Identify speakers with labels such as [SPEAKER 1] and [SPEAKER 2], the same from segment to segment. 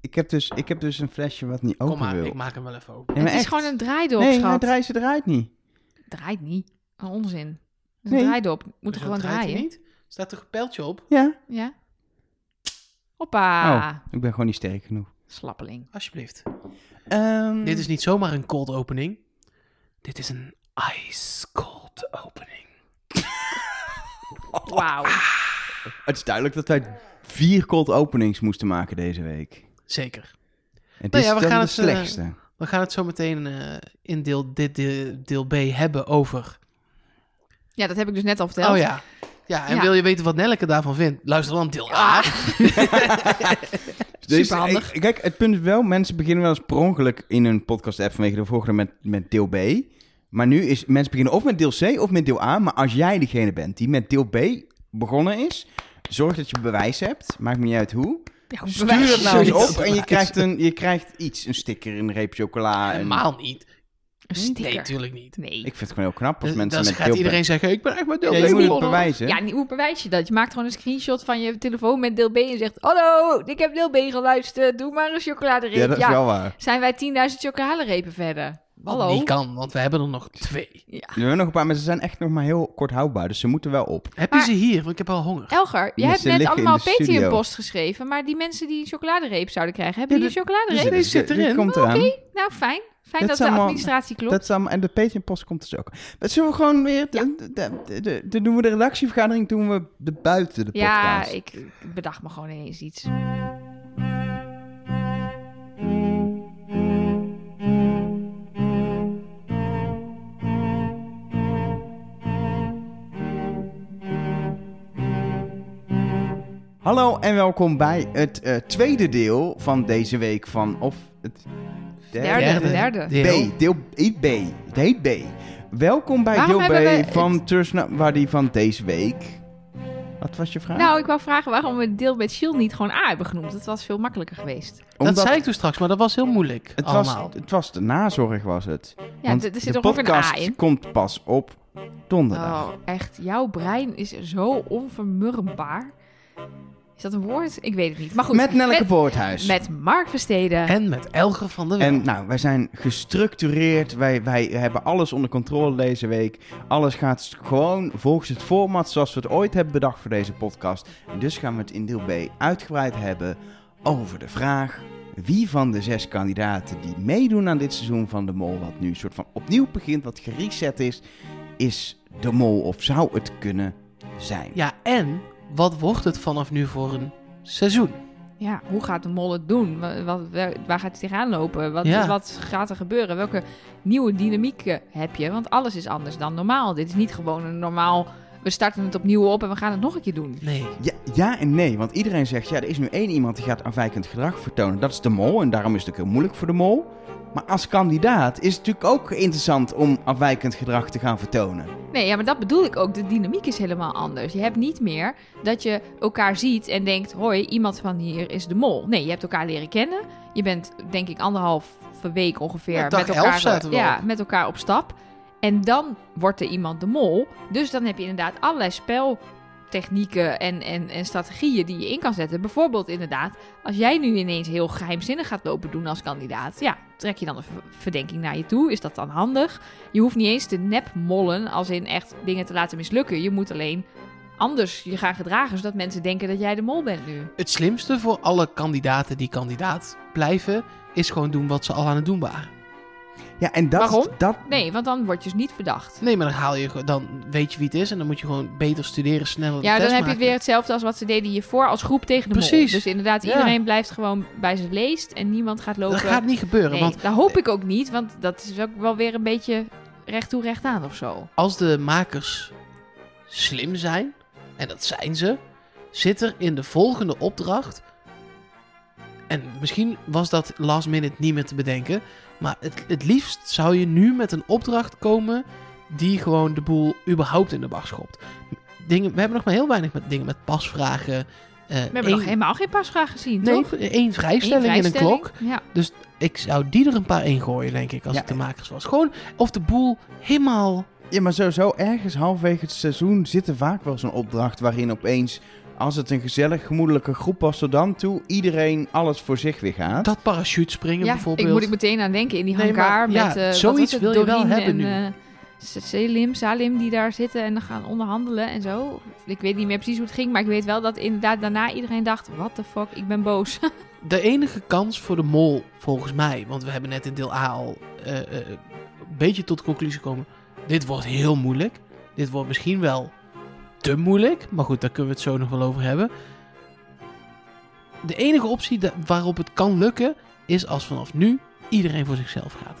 [SPEAKER 1] ik, heb dus, ik heb dus een flesje wat niet open
[SPEAKER 2] Kom maar,
[SPEAKER 1] wil.
[SPEAKER 2] ik maak hem wel even open.
[SPEAKER 1] Nee, maar
[SPEAKER 3] het is
[SPEAKER 1] echt.
[SPEAKER 3] gewoon een draaidop,
[SPEAKER 1] Nee,
[SPEAKER 3] schat.
[SPEAKER 1] hij draait ze eruit niet.
[SPEAKER 3] Draait niet. Een onzin. Het is
[SPEAKER 1] Nee.
[SPEAKER 3] Een draaidop. Moet
[SPEAKER 2] Hoezo
[SPEAKER 3] er gewoon
[SPEAKER 2] draait hij
[SPEAKER 3] draaien.
[SPEAKER 2] niet? Staat er een pijltje op?
[SPEAKER 1] Ja. Oh,
[SPEAKER 3] Ja.
[SPEAKER 2] Ah.
[SPEAKER 3] Hoppa.
[SPEAKER 1] Ik ben gewoon niet sterk genoeg.
[SPEAKER 3] Slappeling.
[SPEAKER 2] Alsjeblieft.
[SPEAKER 1] Mm. Ehm,
[SPEAKER 2] Dit is niet zomaar een cold opening. Dit is een ice cold opening.
[SPEAKER 3] Wauw.
[SPEAKER 1] Het is duidelijk dat wij vier cold openings mosten maken deze week.
[SPEAKER 2] Zeker.
[SPEAKER 1] Het
[SPEAKER 2] Nou
[SPEAKER 1] is
[SPEAKER 2] ja, we
[SPEAKER 1] dan
[SPEAKER 2] gaan
[SPEAKER 1] de
[SPEAKER 2] het, eh,
[SPEAKER 1] slechtste.
[SPEAKER 2] We gaan het zo meteen eh, in deel, dit, deel, deel B hebben over.
[SPEAKER 3] Ja, dat heb ik dus net al verteld.
[SPEAKER 2] Oh ja. Ja, en
[SPEAKER 3] Ja.
[SPEAKER 2] wil je weten wat Nelleke daarvan vindt? Luister dan deel A.
[SPEAKER 1] Ah. Dus,
[SPEAKER 3] superhandig.
[SPEAKER 1] eh, Kijk, het punt is wel, mensen beginnen wel eens per ongeluk in hun podcast-app vanwege de volgende met, met deel B. Maar nu is, mensen beginnen of met deel C of met deel A. Maar als jij degene bent die met deel B begonnen is, zorg dat je bewijs hebt. Maakt me niet uit hoe.
[SPEAKER 3] Ja, hoe
[SPEAKER 1] Stuur
[SPEAKER 3] bewijs
[SPEAKER 1] het
[SPEAKER 3] je
[SPEAKER 1] nou eens
[SPEAKER 3] zoiets?
[SPEAKER 1] op en je krijgt, een, je krijgt iets. Een sticker, een reep chocola. Een,
[SPEAKER 2] Helemaal niet.
[SPEAKER 3] Een
[SPEAKER 2] Nee,
[SPEAKER 3] sticker.
[SPEAKER 2] natuurlijk niet.
[SPEAKER 3] Nee.
[SPEAKER 1] ik vind het gewoon heel knap als
[SPEAKER 2] Dus
[SPEAKER 1] mensen
[SPEAKER 2] dan
[SPEAKER 1] met
[SPEAKER 2] gaat
[SPEAKER 1] deel B-
[SPEAKER 2] iedereen zeggen, ik ben echt met deel
[SPEAKER 1] Ja,
[SPEAKER 2] B
[SPEAKER 1] je moet het
[SPEAKER 2] begonnen.
[SPEAKER 1] bewijzen.
[SPEAKER 3] Ja, niet- hoe bewijs je dat? Je maakt gewoon een screenshot van je telefoon met deel B en zegt... Hallo, ik heb deel B geluisterd. Doe maar een chocoladereep.
[SPEAKER 1] ja, dat is wel waar.
[SPEAKER 3] Zijn wij 10.000 chocoladerepen verder?
[SPEAKER 2] Wat
[SPEAKER 3] Hallo?
[SPEAKER 2] niet kan, want we hebben er nog twee.
[SPEAKER 3] Ja.
[SPEAKER 1] Er zijn nog een paar, maar ze zijn echt nog maar heel kort houdbaar. Dus ze moeten wel op.
[SPEAKER 2] Heb
[SPEAKER 3] Maar-
[SPEAKER 2] je ze hier? Want ik heb al honger.
[SPEAKER 3] Elger, je
[SPEAKER 1] Ja,
[SPEAKER 3] hebt
[SPEAKER 1] ze
[SPEAKER 3] net
[SPEAKER 1] liggen in
[SPEAKER 3] allemaal
[SPEAKER 1] de studio.
[SPEAKER 3] Patreon-post geschreven... maar die mensen die een chocoladereep zouden krijgen... hebben
[SPEAKER 1] Ja, dus
[SPEAKER 3] die een chocoladereep?
[SPEAKER 2] deze zit erin.
[SPEAKER 1] Dit komt eraan.
[SPEAKER 3] Nou, fijn. Fijn
[SPEAKER 1] Dat
[SPEAKER 3] dat,
[SPEAKER 1] is
[SPEAKER 3] de
[SPEAKER 1] allemaal-
[SPEAKER 3] administratie klopt.
[SPEAKER 1] Dat is allemaal- en de Patreon-post komt dus ook. Maar zullen we gewoon weer... de- de- de- de- de- doen we de redactievergadering, doen we de buiten de
[SPEAKER 3] ja,
[SPEAKER 1] podcast. Ah.
[SPEAKER 3] ik ik bedacht me gewoon ineens iets.
[SPEAKER 1] Hallo en welkom bij het eh, tweede deel van deze week van... Of het
[SPEAKER 3] Derde, derde.
[SPEAKER 2] deel.
[SPEAKER 1] B, deel heet B. Het heet B. Welkom bij
[SPEAKER 3] Waarom
[SPEAKER 1] deel B
[SPEAKER 3] hebben we
[SPEAKER 1] van Thursna Waddy van deze week. Wat was je vraag?
[SPEAKER 3] Nou, ik wou vragen waarom we het deel met Shield niet gewoon A hebben genoemd. Dat was veel makkelijker geweest.
[SPEAKER 1] Omdat
[SPEAKER 2] Dat zei ik toen straks, maar dat was heel moeilijk
[SPEAKER 1] het was,
[SPEAKER 2] allemaal.
[SPEAKER 1] het was de nazorg, was het.
[SPEAKER 3] Ja,
[SPEAKER 1] Want
[SPEAKER 3] d- er
[SPEAKER 1] de
[SPEAKER 3] zit toch ook een
[SPEAKER 1] podcast
[SPEAKER 3] A in.
[SPEAKER 1] komt pas op donderdag.
[SPEAKER 3] Oh, echt. Jouw brein is zo onvermurmbaar. Is dat een woord? Ik weet het niet. Maar goed.
[SPEAKER 1] Met Nelleke
[SPEAKER 3] met,
[SPEAKER 1] Voorthuis.
[SPEAKER 3] met Mark Versteden.
[SPEAKER 2] En met Elger van der Wel.
[SPEAKER 1] En nou, wij zijn gestructureerd. Wij, wij hebben alles onder controle deze week. Alles gaat s- gewoon volgens het format zoals we het ooit hebben bedacht voor deze podcast. En dus gaan we het in deel B uitgebreid hebben over de vraag... Wie van de zes kandidaten die meedoen aan dit seizoen van De Mol... wat nu een soort van opnieuw begint, wat gereset is... is De Mol of zou het kunnen zijn?
[SPEAKER 2] Ja, en wat wordt het vanaf nu voor een seizoen?
[SPEAKER 3] Ja, hoe gaat de mol het doen? Wa- wat- wa- waar gaat hij tegenaan lopen? Wat,
[SPEAKER 2] Ja.
[SPEAKER 3] wat gaat er gebeuren? Welke nieuwe dynamieken heb je? Want alles is anders dan normaal. Dit is niet gewoon een normaal... We starten het opnieuw op en we gaan het nog een keer doen.
[SPEAKER 2] Nee.
[SPEAKER 1] Ja, ja en nee, want iedereen zegt, ja, er is nu één iemand die gaat afwijkend gedrag vertonen. Dat is de mol en daarom is het ook heel moeilijk voor de mol. Maar als kandidaat is het natuurlijk ook interessant om afwijkend gedrag te gaan vertonen.
[SPEAKER 3] Nee, ja, maar dat bedoel ik ook. De dynamiek is helemaal anders. Je hebt niet meer dat je elkaar ziet en denkt: hoi, iemand van hier is de mol. Nee, je hebt elkaar leren kennen. Je bent, denk ik, anderhalf week ongeveer
[SPEAKER 2] Ja, dag
[SPEAKER 3] met,
[SPEAKER 2] elf
[SPEAKER 3] elkaar,
[SPEAKER 2] zaten we
[SPEAKER 3] ja,
[SPEAKER 2] op.
[SPEAKER 3] met elkaar op stap. En dan wordt er iemand de mol. Dus dan heb je inderdaad allerlei speltechnieken en, en, en strategieën die je in kan zetten. Bijvoorbeeld, inderdaad, als jij nu ineens heel geheimzinnig gaat lopen doen als kandidaat, ja, trek je dan een ver- verdenking naar je toe? Is dat dan handig? Je hoeft niet eens te nepmollen, als in echt dingen te laten mislukken. Je moet alleen anders je gaan gedragen, zodat mensen denken dat jij de mol bent nu.
[SPEAKER 2] Het slimste voor alle kandidaten die kandidaat blijven, is gewoon doen wat ze al aan het doen waren.
[SPEAKER 1] Ja, en dat...
[SPEAKER 3] Waarom?
[SPEAKER 1] Dat,
[SPEAKER 3] Nee, want dan word je dus niet verdacht.
[SPEAKER 2] Nee, maar dan haal je, ge- dan weet je wie het is en dan moet je gewoon beter studeren, sneller de
[SPEAKER 3] Ja, dan
[SPEAKER 2] test
[SPEAKER 3] heb je het
[SPEAKER 2] maken.
[SPEAKER 3] weer hetzelfde als wat ze deden hiervoor als groep tegen de mol.
[SPEAKER 2] Precies.
[SPEAKER 3] Dus inderdaad,
[SPEAKER 2] Ja.
[SPEAKER 3] iedereen blijft gewoon bij zijn leest en niemand gaat lopen.
[SPEAKER 2] Dat gaat niet gebeuren,
[SPEAKER 3] nee,
[SPEAKER 2] want
[SPEAKER 3] dat hoop ik ook niet, want dat is ook wel weer een beetje recht toe recht aan of zo.
[SPEAKER 2] als de makers slim zijn, en dat zijn ze, zit er in de volgende opdracht. En misschien was dat last minute niet meer te bedenken. Maar het, het liefst zou je nu met een opdracht komen die gewoon de boel überhaupt in de war schopt. Dingen, we hebben nog maar heel weinig met dingen met pasvragen. eh,
[SPEAKER 3] We hebben
[SPEAKER 2] één-
[SPEAKER 3] nog helemaal geen pasvraag gezien,
[SPEAKER 2] nee,
[SPEAKER 3] toch?
[SPEAKER 2] één vrijstelling,
[SPEAKER 3] Eén
[SPEAKER 2] in een
[SPEAKER 3] vrijstelling.
[SPEAKER 2] klok.
[SPEAKER 3] Ja.
[SPEAKER 2] Dus ik zou die er een paar in gooien, denk ik, als
[SPEAKER 1] Ja.
[SPEAKER 2] ik de makers was. Gewoon of de boel helemaal
[SPEAKER 1] Ja, maar sowieso, ergens halverwege het seizoen zit er vaak wel zo'n opdracht waarin opeens als het een gezellig, gemoedelijke groep was tot dan toe, iedereen alles voor zich weer gaat.
[SPEAKER 2] Dat parachute springen
[SPEAKER 3] ja,
[SPEAKER 2] bijvoorbeeld.
[SPEAKER 3] ik moet ik meteen aan denken in die
[SPEAKER 2] Nee, maar-
[SPEAKER 3] hangar
[SPEAKER 2] ja,
[SPEAKER 3] met... eh, wat
[SPEAKER 2] zoiets
[SPEAKER 3] was het,
[SPEAKER 2] wil je wel
[SPEAKER 3] Doreen
[SPEAKER 2] hebben
[SPEAKER 3] en,
[SPEAKER 2] nu.
[SPEAKER 3] eh, S- Selim, Salim die daar zitten en dan gaan onderhandelen en zo. Ik weet niet meer precies hoe het ging, maar ik weet wel dat inderdaad daarna iedereen dacht... What the fuck, ik ben boos.
[SPEAKER 2] De enige kans voor de mol, volgens mij, want we hebben net in deel A al eh, eh, een beetje tot de conclusie gekomen. Dit wordt heel moeilijk. Dit wordt misschien wel te moeilijk. Maar goed, daar kunnen we het zo nog wel over hebben. De enige optie da- waarop het kan lukken, is als vanaf nu iedereen voor zichzelf gaat.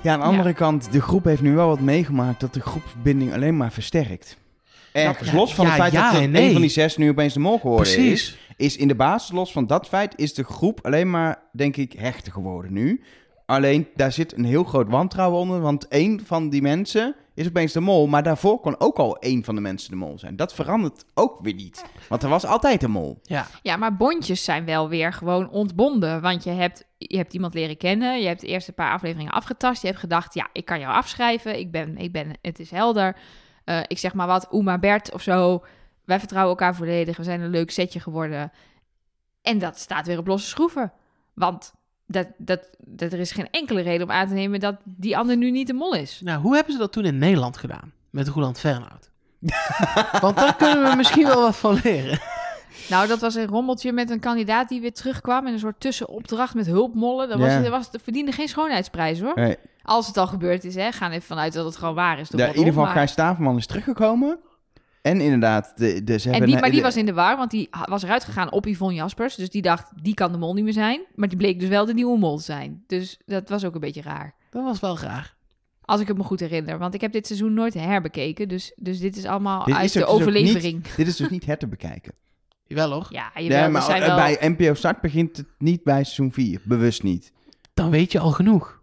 [SPEAKER 1] Ja, aan de andere kant, de groep heeft nu wel wat meegemaakt dat de groepsbinding alleen maar versterkt. Ergens
[SPEAKER 2] ja,
[SPEAKER 1] los van
[SPEAKER 2] ja,
[SPEAKER 1] het feit
[SPEAKER 2] ja
[SPEAKER 1] dat
[SPEAKER 2] en
[SPEAKER 1] een
[SPEAKER 2] nee.
[SPEAKER 1] van die zes nu opeens de mol geworden is,
[SPEAKER 2] Precies.
[SPEAKER 1] is in de basis los van dat feit is de groep alleen maar, denk ik, hechter geworden nu. Alleen, daar zit een heel groot wantrouwen onder, want één van die mensen is opeens de mol, maar daarvoor kon ook al één van de mensen de mol zijn. Dat verandert ook weer niet, want er was altijd een mol.
[SPEAKER 2] Ja.
[SPEAKER 3] ja, maar bondjes zijn wel weer gewoon ontbonden. Want je hebt, je hebt iemand leren kennen, je hebt de eerste paar afleveringen afgetast. Je hebt gedacht, ja, ik kan jou afschrijven, ik ben, ik ben, het is helder. Eh, ik zeg maar wat, Uma Bert of zo. Wij vertrouwen elkaar volledig, we zijn een leuk setje geworden. En dat staat weer op losse schroeven. Want dat, dat, dat, er is geen enkele reden om aan te nemen dat die ander nu niet de mol is.
[SPEAKER 2] Nou, hoe hebben ze dat toen in Nederland gedaan? Met Roland Fernhout. Want daar kunnen we misschien wel wat van leren.
[SPEAKER 3] Nou, dat was een rommeltje met een kandidaat die weer terugkwam... en een soort tussenopdracht met hulpmollen. Dat was,
[SPEAKER 1] Ja.
[SPEAKER 3] dat was, dat verdiende geen schoonheidsprijs, hoor.
[SPEAKER 1] Nee,
[SPEAKER 3] Als het al gebeurd is, hè. Gaan even vanuit dat het gewoon waar is. de
[SPEAKER 1] ja, in
[SPEAKER 3] roddel,
[SPEAKER 1] ieder geval,
[SPEAKER 3] maar-
[SPEAKER 1] Gijs Staverman is teruggekomen. En inderdaad, de, de, ze
[SPEAKER 3] En
[SPEAKER 1] hebben...
[SPEAKER 3] die, maar die
[SPEAKER 1] de-
[SPEAKER 3] was in de war, want die ha- was eruit gegaan op Yvonne Jaspers. Dus die dacht, die kan de mol niet meer zijn. Maar die bleek dus wel de nieuwe mol te zijn. Dus dat was ook een beetje raar.
[SPEAKER 2] Dat was wel raar.
[SPEAKER 3] Als ik het me goed herinner. Want ik heb dit seizoen nooit herbekeken. Dus, dus dit is allemaal
[SPEAKER 1] Dit
[SPEAKER 3] uit
[SPEAKER 1] is
[SPEAKER 3] de
[SPEAKER 1] ook dus ook
[SPEAKER 3] overlevering.
[SPEAKER 1] Dit is dus niet het te bekijken.
[SPEAKER 2] Jawel hoor.
[SPEAKER 3] Ja,
[SPEAKER 1] Ja,
[SPEAKER 3] jawel, dat
[SPEAKER 1] maar
[SPEAKER 3] zijn
[SPEAKER 1] eh,
[SPEAKER 3] wel...
[SPEAKER 1] bij NPO Start begint het niet bij seizoen 4. Bewust niet.
[SPEAKER 2] dan weet je al genoeg.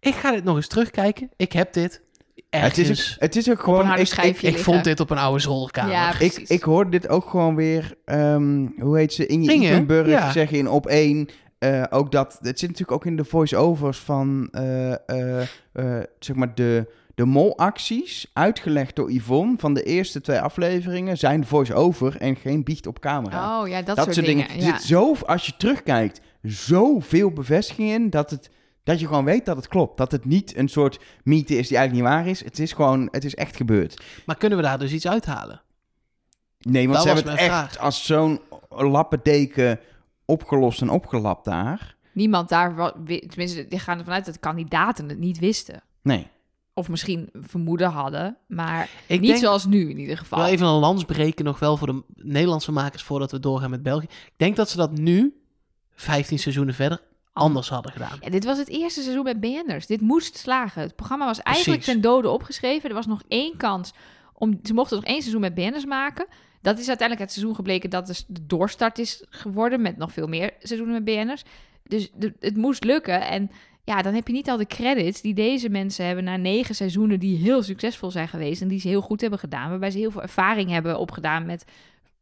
[SPEAKER 2] Ik ga dit nog eens terugkijken. Ik heb dit
[SPEAKER 1] Het
[SPEAKER 2] ergens.
[SPEAKER 1] is, ook- het is ook
[SPEAKER 3] een
[SPEAKER 1] gewoon...
[SPEAKER 3] harde
[SPEAKER 1] Ik,
[SPEAKER 3] schijf.
[SPEAKER 1] ik,
[SPEAKER 3] schijfje
[SPEAKER 2] ik
[SPEAKER 3] liggen.
[SPEAKER 2] vond dit op een oude zolderkamer.
[SPEAKER 3] Ja,
[SPEAKER 1] ik,
[SPEAKER 3] precies.
[SPEAKER 1] ik hoorde dit ook gewoon weer... ehm, hoe heet ze? Inge
[SPEAKER 2] Inge,
[SPEAKER 1] Ipenburg
[SPEAKER 2] ja.
[SPEAKER 1] zeggen in Op 1... eh, ook dat... Het zit natuurlijk ook in de voice-overs van... eh, eh, eh, zeg maar de... De molacties, uitgelegd door Yvonne van de eerste twee afleveringen, zijn voice-over en geen biecht op camera.
[SPEAKER 3] Oh ja, dat,
[SPEAKER 1] dat, Dus
[SPEAKER 3] soort dingen.
[SPEAKER 1] Er
[SPEAKER 3] ja.
[SPEAKER 1] zit zo, als je terugkijkt, zoveel bevestiging in dat, het, dat je gewoon weet dat het klopt. Dat het niet een soort mythe is die eigenlijk niet waar is. Het is gewoon, het is echt gebeurd.
[SPEAKER 2] Maar kunnen we daar dus iets uithalen?
[SPEAKER 1] Nee, want
[SPEAKER 2] Dat
[SPEAKER 1] ze
[SPEAKER 2] was
[SPEAKER 1] hebben het echt
[SPEAKER 2] mijn vraag.
[SPEAKER 1] als zo'n lappendeken opgelost en opgelapt daar.
[SPEAKER 3] Niemand daar... wa- wi- Tenminste, die gaan ervan uit dat de kandidaten het niet wisten.
[SPEAKER 1] Nee.
[SPEAKER 3] Of misschien vermoeden hadden. Maar
[SPEAKER 2] Ik
[SPEAKER 3] niet
[SPEAKER 2] denk
[SPEAKER 3] zoals nu in ieder geval.
[SPEAKER 2] wel even een lans breken nog wel voor de Nederlandse makers voordat we doorgaan met België. Ik denk dat ze dat nu, 15 seizoenen verder, anders hadden gedaan.
[SPEAKER 3] Ja, dit was het eerste seizoen met BN'ers. Dit moest slagen. Het programma was eigenlijk
[SPEAKER 2] Precies.
[SPEAKER 3] ten dode opgeschreven. Er was nog één kans. Om, ze mochten nog één seizoen met BN'ers maken. Dat is uiteindelijk het seizoen gebleken dat dus de doorstart is geworden... met nog veel meer seizoenen met BN'ers. Dus de- het moest lukken. En ja, dan heb je niet al de credits die deze mensen hebben... na negen seizoenen die heel succesvol zijn geweest... en die ze heel goed hebben gedaan. Waarbij ze heel veel ervaring hebben opgedaan met...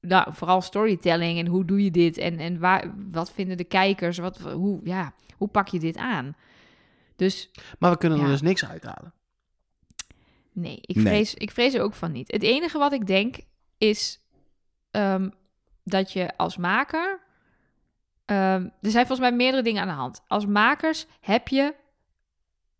[SPEAKER 3] Nou, vooral storytelling en hoe doe je dit en, en waar, wat vinden de kijkers? Wat, hoe, ja, hoe pak je dit aan? Dus
[SPEAKER 2] Maar we kunnen er
[SPEAKER 3] Ja.
[SPEAKER 2] dus niks uithalen.
[SPEAKER 3] nee, ik
[SPEAKER 1] Nee.
[SPEAKER 3] vrees, ik vrees er ook van niet. Het enige wat ik denk is ehm, dat je als maker. ehm, er zijn volgens mij meerdere dingen aan de hand. Als makers heb je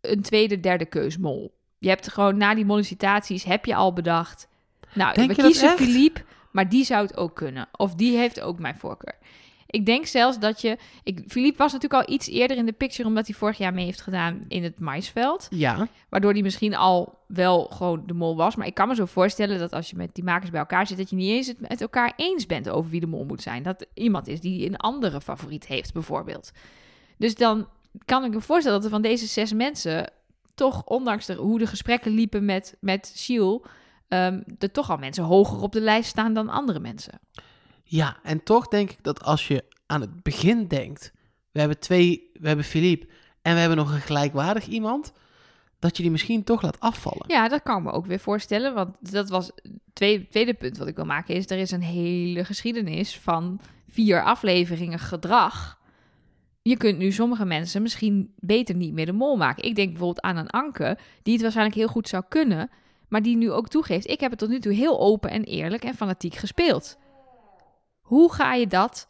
[SPEAKER 3] een tweede, derde keusmol. Je hebt gewoon na die mollicitaties heb je al bedacht. Nou,
[SPEAKER 2] Denk
[SPEAKER 3] we
[SPEAKER 2] je dat
[SPEAKER 3] kiezen
[SPEAKER 2] echt?
[SPEAKER 3] Philippe, maar die zou het ook kunnen. Of die heeft ook mijn voorkeur. Ik denk zelfs dat je. Ik, Philippe was natuurlijk al iets eerder in de picture, omdat hij vorig jaar mee heeft gedaan in het maisveld.
[SPEAKER 2] Ja,
[SPEAKER 3] Waardoor die misschien al wel gewoon de mol was. Maar ik kan me zo voorstellen dat als je met die makers bij elkaar zit, dat je niet eens het met elkaar eens bent over wie de mol moet zijn. Dat er iemand is die een andere favoriet heeft, bijvoorbeeld. Dus dan kan ik me voorstellen dat er van deze zes mensen toch, ondanks de, hoe de gesprekken liepen met, met Siel, ehm, er toch al mensen hoger op de lijst staan dan andere mensen.
[SPEAKER 2] ja. En toch denk ik dat als je aan het begin denkt, we hebben twee, we hebben Philippe en we hebben nog een gelijkwaardig iemand, dat je die misschien toch laat afvallen.
[SPEAKER 3] Ja, dat kan ik me ook weer voorstellen. Want dat was het tweede, tweede punt wat ik wil maken. Is er is een hele geschiedenis van vier afleveringen gedrag. Je kunt nu sommige mensen misschien beter niet meer de mol maken. Ik denk bijvoorbeeld aan een Anke, die het waarschijnlijk heel goed zou kunnen. Maar die nu ook toegeeft, ik heb het tot nu toe heel open en eerlijk en fanatiek gespeeld. Hoe ga je dat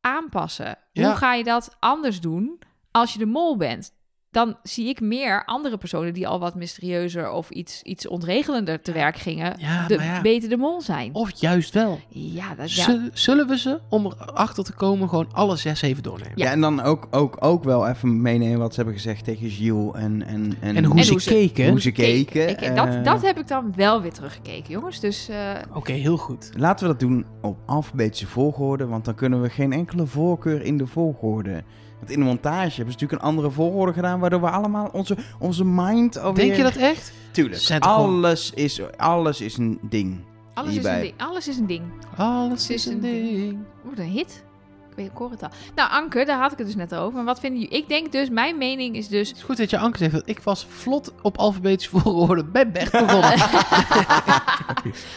[SPEAKER 3] aanpassen?
[SPEAKER 2] Ja.
[SPEAKER 3] Hoe ga je dat anders doen als je de mol bent? Dan zie ik meer andere personen die al wat mysterieuzer of iets, iets ontregelender te werk gingen,
[SPEAKER 2] Ja,
[SPEAKER 3] de,
[SPEAKER 2] maar ja.
[SPEAKER 3] beter de mol zijn.
[SPEAKER 1] Oh.
[SPEAKER 2] Of juist wel.
[SPEAKER 3] Ja, dat, ja.
[SPEAKER 2] Zul- Zullen we ze, om erachter te komen, gewoon alle zes even doornemen?
[SPEAKER 1] Ja, en dan ook, ook, ook wel even meenemen wat ze hebben gezegd tegen Gilles en... En, en,
[SPEAKER 2] En hoe
[SPEAKER 3] En
[SPEAKER 2] ze
[SPEAKER 3] hoe ze-
[SPEAKER 2] keken.
[SPEAKER 1] hoe ze keken.
[SPEAKER 3] Ik- ik-
[SPEAKER 1] eh,
[SPEAKER 3] dat, dat heb ik dan wel weer teruggekeken, jongens. Dus eh,
[SPEAKER 2] Oké, heel goed.
[SPEAKER 1] Laten we dat doen op alfabetische volgorde, want dan kunnen we geen enkele voorkeur in de volgorde. Want in de montage hebben ze natuurlijk een andere volgorde gedaan, waardoor we allemaal onze, onze mind alweer...
[SPEAKER 2] Denk je dat echt?
[SPEAKER 1] Tuurlijk.
[SPEAKER 2] Zet gewoon-
[SPEAKER 1] Alles is, alles is een ding.
[SPEAKER 3] alles, is
[SPEAKER 1] Hierbij.
[SPEAKER 3] een ding, alles is een ding.
[SPEAKER 2] Alles
[SPEAKER 3] is
[SPEAKER 2] is een
[SPEAKER 3] een
[SPEAKER 2] ding.
[SPEAKER 3] Wordt een hit. Ik weet, ik hoor het al. Nou, Anker, daar had ik het dus net over. Maar wat vinden jullie? Ik denk dus, mijn mening is dus...
[SPEAKER 2] Het is goed dat je Anke zegt, want ik was vlot op alfabetische volgorde bij Bert begonnen.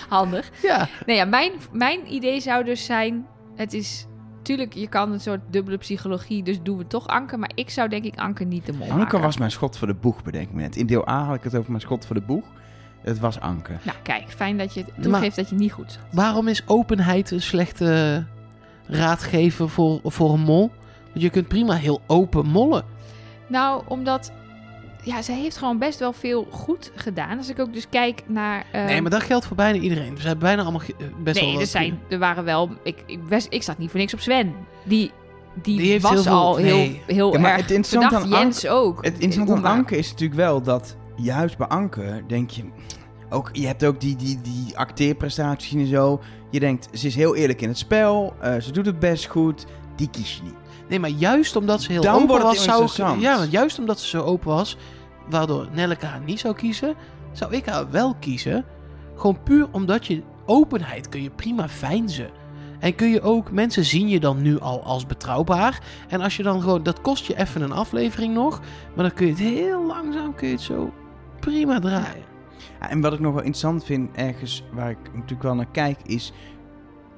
[SPEAKER 3] Handig.
[SPEAKER 2] ja.
[SPEAKER 3] Nou ja, mijn, mijn idee zou dus zijn... Het is... Tuurlijk, je kan een soort dubbele psychologie, dus doen we toch Anker. Maar ik zou denk ik Anker niet de mol
[SPEAKER 1] Anker
[SPEAKER 3] maken.
[SPEAKER 1] was mijn schot voor de boeg, bedenk ik me net. In deel A had ik het over mijn schot voor de boeg. Het was Anker.
[SPEAKER 3] Nou, kijk, fijn dat je toegeeft dat je niet goed zat.
[SPEAKER 2] Waarom is openheid een slechte raadgever voor, voor een mol? Want je kunt prima heel open mollen.
[SPEAKER 3] Nou, omdat... Ja, zij heeft gewoon best wel veel goed gedaan. Als ik ook dus kijk naar... eh,
[SPEAKER 2] nee, maar dat geldt voor bijna iedereen. Ze hebben bijna allemaal ge- eh, best wel
[SPEAKER 3] nee,
[SPEAKER 2] wat
[SPEAKER 3] er, zijn,
[SPEAKER 2] kunnen.
[SPEAKER 3] er waren wel... Ik, ik, best, ik zat niet voor niks op Sven. Die, die,
[SPEAKER 2] Die heeft
[SPEAKER 3] was
[SPEAKER 2] heel veel-
[SPEAKER 3] al
[SPEAKER 2] nee.
[SPEAKER 3] heel, heel
[SPEAKER 1] Ja, maar
[SPEAKER 3] erg
[SPEAKER 1] het interessante
[SPEAKER 3] verdacht.
[SPEAKER 1] aan
[SPEAKER 3] Jens ook.
[SPEAKER 1] Het interessante aan
[SPEAKER 3] Onwaar.
[SPEAKER 1] Anker is natuurlijk wel dat juist bij Anker denk je... Ook, je hebt ook die, die, die acteerprestaties en zo. Je denkt, ze is heel eerlijk in het spel. eh, ze doet het best goed. Die kies je niet.
[SPEAKER 2] Nee, maar juist omdat ze heel
[SPEAKER 1] Dan
[SPEAKER 2] open
[SPEAKER 1] wordt het
[SPEAKER 2] was, zou ik,
[SPEAKER 1] interessant.
[SPEAKER 2] ja, want juist omdat ze zo open was, waardoor Nelleke haar niet zou kiezen, zou ik haar wel kiezen. Gewoon puur omdat je openheid kun je prima veinzen. En kun je ook, mensen zien je dan nu al als betrouwbaar. En als je dan gewoon, dat kost je even een aflevering nog, maar dan kun je het heel langzaam, kun je het zo prima draaien.
[SPEAKER 1] Ja, Ah, En wat ik nog wel interessant vind, ergens waar ik natuurlijk wel naar kijk, is...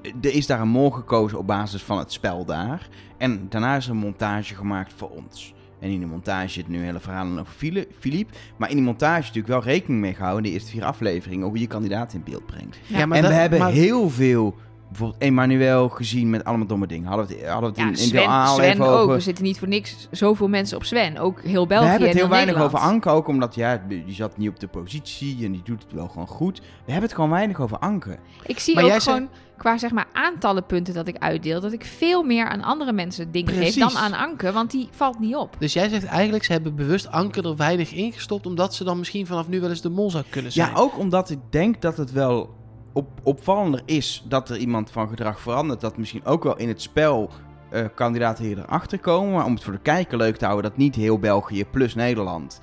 [SPEAKER 1] eh, Er is daar een mol gekozen op basis van het spel daar. En daarna is er een montage gemaakt voor ons. En in die montage zit nu hele verhalen over Fili- Philippe. Maar in die montage natuurlijk wel rekening mee gehouden in de eerste vier afleveringen... hoe je kandidaat in beeld brengt.
[SPEAKER 3] Ja,
[SPEAKER 2] maar
[SPEAKER 1] en
[SPEAKER 2] dat-
[SPEAKER 1] we hebben
[SPEAKER 2] maar-
[SPEAKER 1] heel veel, bijvoorbeeld Emmanuel gezien met allemaal domme dingen. Hadden we het, hadden we het
[SPEAKER 3] Ja,
[SPEAKER 1] in, in deel A
[SPEAKER 3] Sven,
[SPEAKER 1] al
[SPEAKER 3] Sven
[SPEAKER 1] even
[SPEAKER 3] ook.
[SPEAKER 1] over.
[SPEAKER 3] We zitten niet voor niks zoveel mensen op Sven. Ook heel
[SPEAKER 1] we
[SPEAKER 3] België
[SPEAKER 1] hebben het
[SPEAKER 3] en
[SPEAKER 1] heel weinig
[SPEAKER 3] Nederland.
[SPEAKER 1] over Anke ook, omdat ja, die zat niet op de positie en die doet het wel gewoon goed. We hebben het gewoon weinig over Anke.
[SPEAKER 3] Ik zie
[SPEAKER 2] Maar jij
[SPEAKER 3] ook
[SPEAKER 2] zei-
[SPEAKER 3] gewoon qua zeg maar aantallen punten dat ik uitdeel... dat ik veel meer aan andere mensen dingen
[SPEAKER 1] Precies.
[SPEAKER 3] geef dan aan Anke. Want die valt niet op.
[SPEAKER 2] Dus jij zegt eigenlijk, ze hebben bewust Anker er weinig ingestopt, omdat ze dan misschien vanaf nu wel eens de mol zou kunnen zijn.
[SPEAKER 1] Ja, ook omdat ik denk dat het wel op, opvallender is dat er iemand van gedrag verandert. Dat misschien ook wel in het spel eh, kandidaten hier erachter komen. Maar om het voor de kijker leuk te houden, dat niet heel België plus Nederland.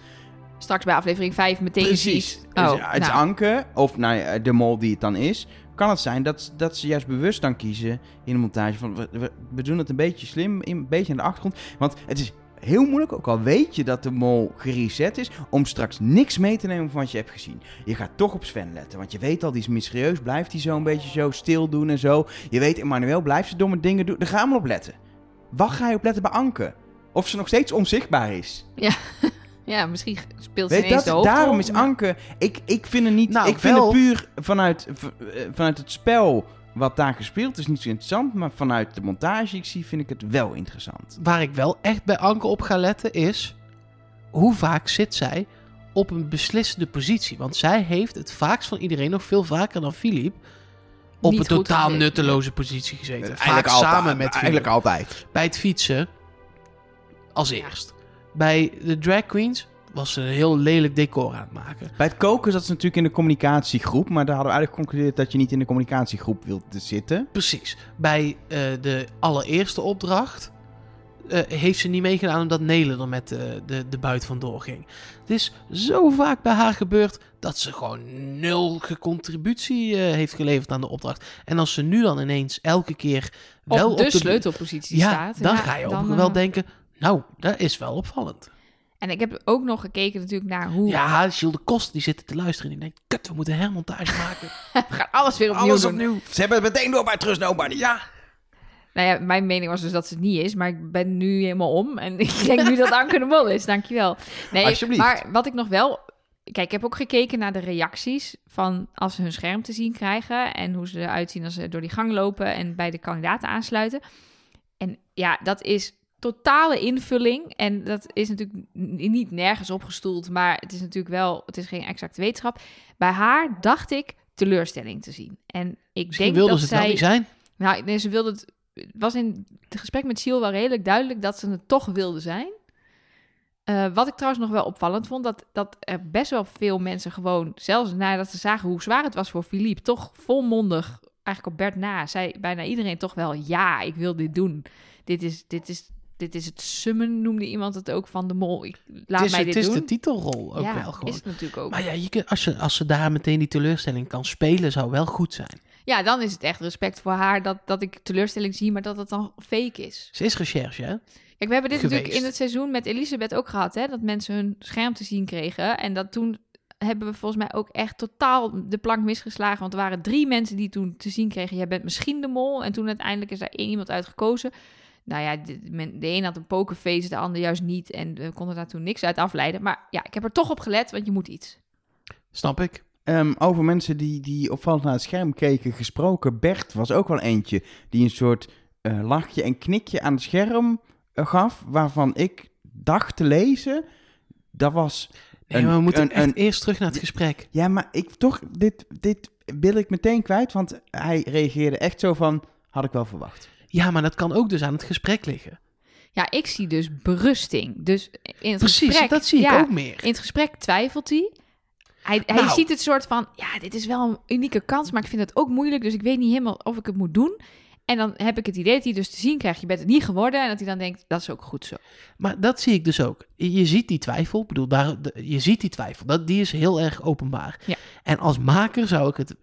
[SPEAKER 3] Straks bij aflevering 5 meteen ziet-
[SPEAKER 1] Dus,
[SPEAKER 3] Oh,
[SPEAKER 1] ja, het
[SPEAKER 3] nou.
[SPEAKER 1] is Anke, of nou ja, de mol die het dan is. Kan het zijn dat, dat ze juist bewust dan kiezen in de montage van... We, we- we doen het een beetje slim, een beetje aan de achtergrond. Want het is heel moeilijk, ook al weet je dat de mol gereset is... om straks niks mee te nemen van wat je hebt gezien. Je gaat toch op Sven letten, want je weet al, die is mysterieus. Blijft hij zo een beetje zo stil doen en zo. Je weet, Emmanuel blijft ze domme dingen doen. Daar gaan we op letten. Wat ga je op letten bij Anke? Of ze nog steeds onzichtbaar is.
[SPEAKER 3] Ja, misschien speelt ze
[SPEAKER 1] Weet
[SPEAKER 3] ineens
[SPEAKER 1] dat,
[SPEAKER 3] de hoofdrol.
[SPEAKER 1] daarom is
[SPEAKER 3] maar-
[SPEAKER 1] Anke... Ik, ik vind het niet...
[SPEAKER 2] Nou,
[SPEAKER 1] ik vind
[SPEAKER 2] wel-
[SPEAKER 1] het puur vanuit, v- eh, vanuit het spel wat daar gespeeld is niet zo interessant. Maar vanuit de montage ik zie, vind ik het wel interessant.
[SPEAKER 2] Waar ik wel echt bij Anke op ga letten is hoe vaak zit zij op een beslissende positie. Want zij heeft het vaakst van iedereen, nog veel vaker dan Filip, op
[SPEAKER 3] Niet
[SPEAKER 2] een
[SPEAKER 3] goed
[SPEAKER 2] totaal
[SPEAKER 3] aan-
[SPEAKER 2] nutteloze positie gezeten.
[SPEAKER 1] Eh,
[SPEAKER 2] Vaak samen met Filip.
[SPEAKER 1] Eigenlijk altijd.
[SPEAKER 2] Bij het fietsen als eerst. Bij de drag queens was ze een heel lelijk decor aan het maken.
[SPEAKER 1] Bij het koken zat ze natuurlijk in de communicatiegroep. Maar daar hadden we eigenlijk geconcludeerd dat je niet in de communicatiegroep wilt zitten.
[SPEAKER 2] Precies. Bij eh, de allereerste opdracht eh, heeft ze niet meegedaan omdat Nelen er met eh, de, de buit vandoor ging. Het is zo vaak bij haar gebeurd dat ze gewoon nul ge- contributie eh, heeft geleverd aan de opdracht. En als ze nu dan ineens elke keer wel
[SPEAKER 3] op de,
[SPEAKER 2] bu-
[SPEAKER 3] sleutelpositie
[SPEAKER 2] ja,
[SPEAKER 3] staat.
[SPEAKER 2] dan ga je ook
[SPEAKER 3] dan,
[SPEAKER 2] wel
[SPEAKER 3] eh,
[SPEAKER 2] denken, nou, dat is wel opvallend.
[SPEAKER 3] En ik heb ook nog gekeken natuurlijk naar hoe...
[SPEAKER 2] Ja, Gilles de Kost die zit te luisteren en die denkt, kut, we moeten een hermontage maken.
[SPEAKER 3] We gaan alles weer opnieuw
[SPEAKER 2] Alles
[SPEAKER 3] doen.
[SPEAKER 2] opnieuw.
[SPEAKER 1] Ze hebben het meteen door bij Trust Nobody. Ja.
[SPEAKER 3] Nou ja, mijn mening was dus dat ze het niet is, maar ik ben nu helemaal om. En ik denk nu dat Anke de Mol is, dankjewel. Nee,
[SPEAKER 1] Alsjeblieft.
[SPEAKER 3] Maar wat ik nog wel Kijk, ik heb ook gekeken naar de reacties van als ze hun scherm te zien krijgen en hoe ze eruit zien als ze door die gang lopen en bij de kandidaten aansluiten. En ja, dat is totale invulling en dat is natuurlijk n- niet nergens opgestoeld, maar het is natuurlijk wel, het is geen exacte wetenschap. Bij haar dacht ik teleurstelling te zien. En ik
[SPEAKER 2] Misschien
[SPEAKER 3] denk
[SPEAKER 2] wilden
[SPEAKER 3] dat
[SPEAKER 2] ze het
[SPEAKER 3] zij...
[SPEAKER 2] nou niet zijn.
[SPEAKER 3] Nou, nee, ze wilde het. Het was in het gesprek met Siel wel redelijk duidelijk dat ze het toch wilde zijn. Eh, wat ik trouwens nog wel opvallend vond, dat, dat er best wel veel mensen gewoon, zelfs nadat ze zagen hoe zwaar het was voor Philippe, toch volmondig, eigenlijk op Bert na, zei bijna iedereen toch wel, ja, ik wil dit doen. Dit is, dit is, dit is het summen, noemde iemand het ook, van de mol. Ik, laat
[SPEAKER 2] het is,
[SPEAKER 3] mij
[SPEAKER 2] het
[SPEAKER 3] dit
[SPEAKER 2] is
[SPEAKER 3] doen.
[SPEAKER 2] de titelrol ook
[SPEAKER 3] ja,
[SPEAKER 2] wel gewoon.
[SPEAKER 3] is het natuurlijk ook.
[SPEAKER 2] Maar ja, je kunt, als, je, als ze daar meteen die teleurstelling kan spelen, zou wel goed zijn.
[SPEAKER 3] Ja, dan is het echt respect voor haar dat, dat ik teleurstelling zie, maar dat het dan fake is.
[SPEAKER 2] Ze is recherche, hè?
[SPEAKER 3] Kijk, we hebben dit natuurlijk
[SPEAKER 2] geweest.
[SPEAKER 3] in het seizoen met Elisabeth ook gehad, hè? Dat mensen hun scherm te zien kregen. En dat toen hebben we volgens mij ook echt totaal de plank misgeslagen. Want er waren drie mensen die toen te zien kregen, jij bent misschien de mol. En toen uiteindelijk is daar één iemand uitgekozen. Nou ja, de, men- de een had een pokerface, de ander juist niet. En we konden daar toen niks uit afleiden. Maar ja, ik heb er toch op gelet, want je moet iets.
[SPEAKER 2] Snap ik.
[SPEAKER 1] Ehm, over mensen die, die opvallend naar het scherm keken gesproken. Bert was ook wel eentje die een soort eh, lachje en knikje aan het scherm eh, gaf. Waarvan ik dacht te lezen. Dat was.
[SPEAKER 2] Nee,
[SPEAKER 1] Een-
[SPEAKER 2] maar we moeten
[SPEAKER 1] een-
[SPEAKER 2] echt
[SPEAKER 1] een-
[SPEAKER 2] eerst terug naar het gesprek.
[SPEAKER 1] Ja, maar ik toch. Dit, dit wil ik meteen kwijt. Want hij reageerde echt zo van. Had ik wel verwacht.
[SPEAKER 2] Ja, maar dat kan ook dus aan het gesprek liggen.
[SPEAKER 3] Ja, ik zie dus berusting. Dus in het
[SPEAKER 2] Precies,
[SPEAKER 3] gesprek,
[SPEAKER 2] dat zie ik
[SPEAKER 3] ja,
[SPEAKER 2] ook meer.
[SPEAKER 3] In het gesprek twijfelt hij. Hij, hij
[SPEAKER 2] Nou.
[SPEAKER 3] ziet het soort van, ja, dit is wel een unieke kans, maar ik vind het ook moeilijk, dus ik weet niet helemaal of ik het moet doen. En dan heb ik het idee dat hij dus te zien krijgt, je bent het niet geworden. En dat hij dan denkt, dat is ook goed zo.
[SPEAKER 2] Maar dat zie ik dus ook. Je je ziet die twijfel. Ik bedoel, daar, de- je ziet die twijfel. Dat, die is heel erg openbaar.
[SPEAKER 3] Ja.
[SPEAKER 2] En als maker zou ik het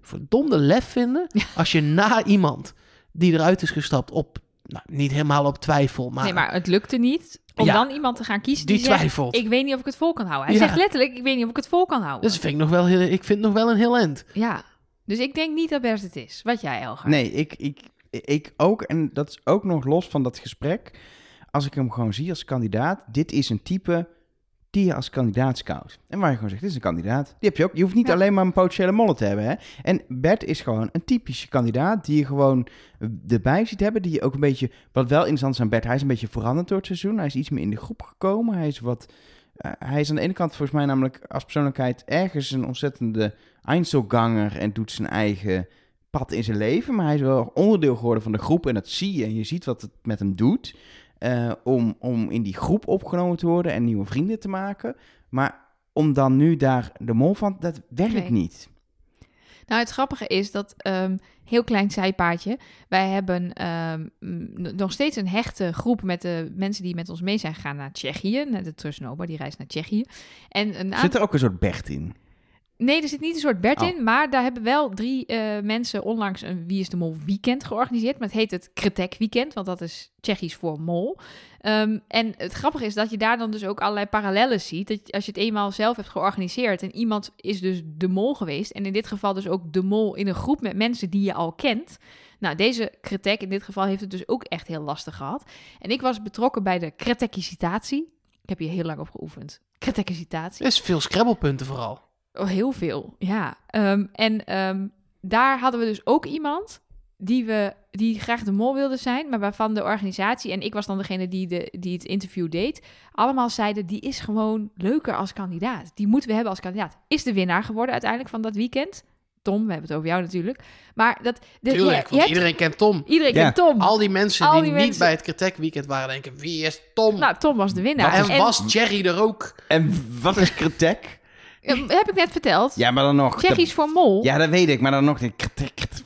[SPEAKER 2] verdomde lef vinden als je na iemand die eruit is gestapt op, nou, niet helemaal op twijfel, maar,
[SPEAKER 3] nee, maar het lukte niet om
[SPEAKER 2] Ja.
[SPEAKER 3] dan iemand te gaan kiezen
[SPEAKER 2] die
[SPEAKER 3] die, zegt,
[SPEAKER 2] twijfelt.
[SPEAKER 3] ik weet niet of ik het vol kan houden. Hij
[SPEAKER 2] Ja.
[SPEAKER 3] zegt letterlijk, ik weet niet of ik het vol kan houden.
[SPEAKER 2] Dus vind ik nog wel heel, ik vind het nog wel een heel end.
[SPEAKER 3] Ja, dus ik denk niet dat Bert het is. Wat jij, Elger?
[SPEAKER 1] Nee, ik, ik, ik ook. En dat is ook nog los van dat gesprek. Als ik hem gewoon zie als kandidaat. Dit is een type die je als kandidaat scout. En waar je gewoon zegt, dit is een kandidaat. Die heb je ook. Je hoeft niet
[SPEAKER 3] Ja.
[SPEAKER 1] alleen maar een potentiële molle te hebben. Hè? En Bert is gewoon een typische kandidaat die je gewoon eh, erbij ziet hebben. Die je ook een beetje, wat wel interessant is aan Bert, hij is een beetje veranderd door het seizoen. Hij is iets meer in de groep gekomen. Hij is wat... eh, hij is aan de ene kant volgens mij namelijk als persoonlijkheid ergens een ontzettende Einzelganger en doet zijn eigen pad in zijn leven. Maar hij is wel onderdeel geworden van de groep. En dat zie je. En je ziet wat het met hem doet. eh, om, om in die groep opgenomen te worden en nieuwe vrienden te maken. Maar om dan nu daar de mol van... Dat werkt
[SPEAKER 3] Nee.
[SPEAKER 1] niet.
[SPEAKER 3] Nou, het grappige is dat, ehm, heel klein zijpaadje, wij hebben ehm, n- nog steeds een hechte groep met de mensen die met ons mee zijn gegaan naar Tsjechië. Net De Trusnova, die reist naar Tsjechië. En een aantal...
[SPEAKER 1] Zit er ook een soort Bert in?
[SPEAKER 3] Nee, er zit niet een soort Bert
[SPEAKER 1] Oh.
[SPEAKER 3] in, maar daar hebben wel drie eh, mensen onlangs een Wie is de Mol weekend georganiseerd. Maar het heet het Kretek weekend, want dat is Tsjechisch voor mol. Ehm, en het grappige is dat je daar dan dus ook allerlei parallellen ziet. Dat je- als je het eenmaal zelf hebt georganiseerd en iemand is dus de mol geweest. En in dit geval dus ook de mol in een groep met mensen die je al kent. Nou, deze Kretek in dit geval heeft het dus ook echt heel lastig gehad. En ik was betrokken bij de Kretekicitatie. Ik heb hier heel lang op geoefend. Kretekicitatie.
[SPEAKER 2] Er is veel scrabblepunten vooral.
[SPEAKER 3] Oh, heel veel, ja. Ehm, en ehm, daar hadden we dus ook iemand die, we, die graag de mol wilde zijn, maar waarvan de organisatie, en ik was dan degene die, de, die het interview deed, allemaal zeiden, die is gewoon leuker als kandidaat. Die moeten we hebben als kandidaat. Is de winnaar geworden uiteindelijk van dat weekend? Tom, we hebben het over jou natuurlijk. Maar dat... de- je-
[SPEAKER 2] Tuurlijk,
[SPEAKER 3] je,
[SPEAKER 2] want
[SPEAKER 3] hebt-
[SPEAKER 2] iedereen kent Tom.
[SPEAKER 3] iedereen
[SPEAKER 1] Ja.
[SPEAKER 3] kent Tom.
[SPEAKER 2] Al die mensen
[SPEAKER 3] Al
[SPEAKER 2] die,
[SPEAKER 3] die
[SPEAKER 2] niet
[SPEAKER 3] mensen-
[SPEAKER 2] bij het Kretek Weekend waren, denken, wie is Tom?
[SPEAKER 3] Nou, Tom was de winnaar.
[SPEAKER 2] en, was Jerry er ook?
[SPEAKER 1] En wat is Kretek?
[SPEAKER 3] eh, heb ik net verteld.
[SPEAKER 1] ja, maar dan nog...
[SPEAKER 3] Tsjechisch voor mol.
[SPEAKER 1] dat- Ja, dat weet ik. Maar dan nog... die Kretek, kretek.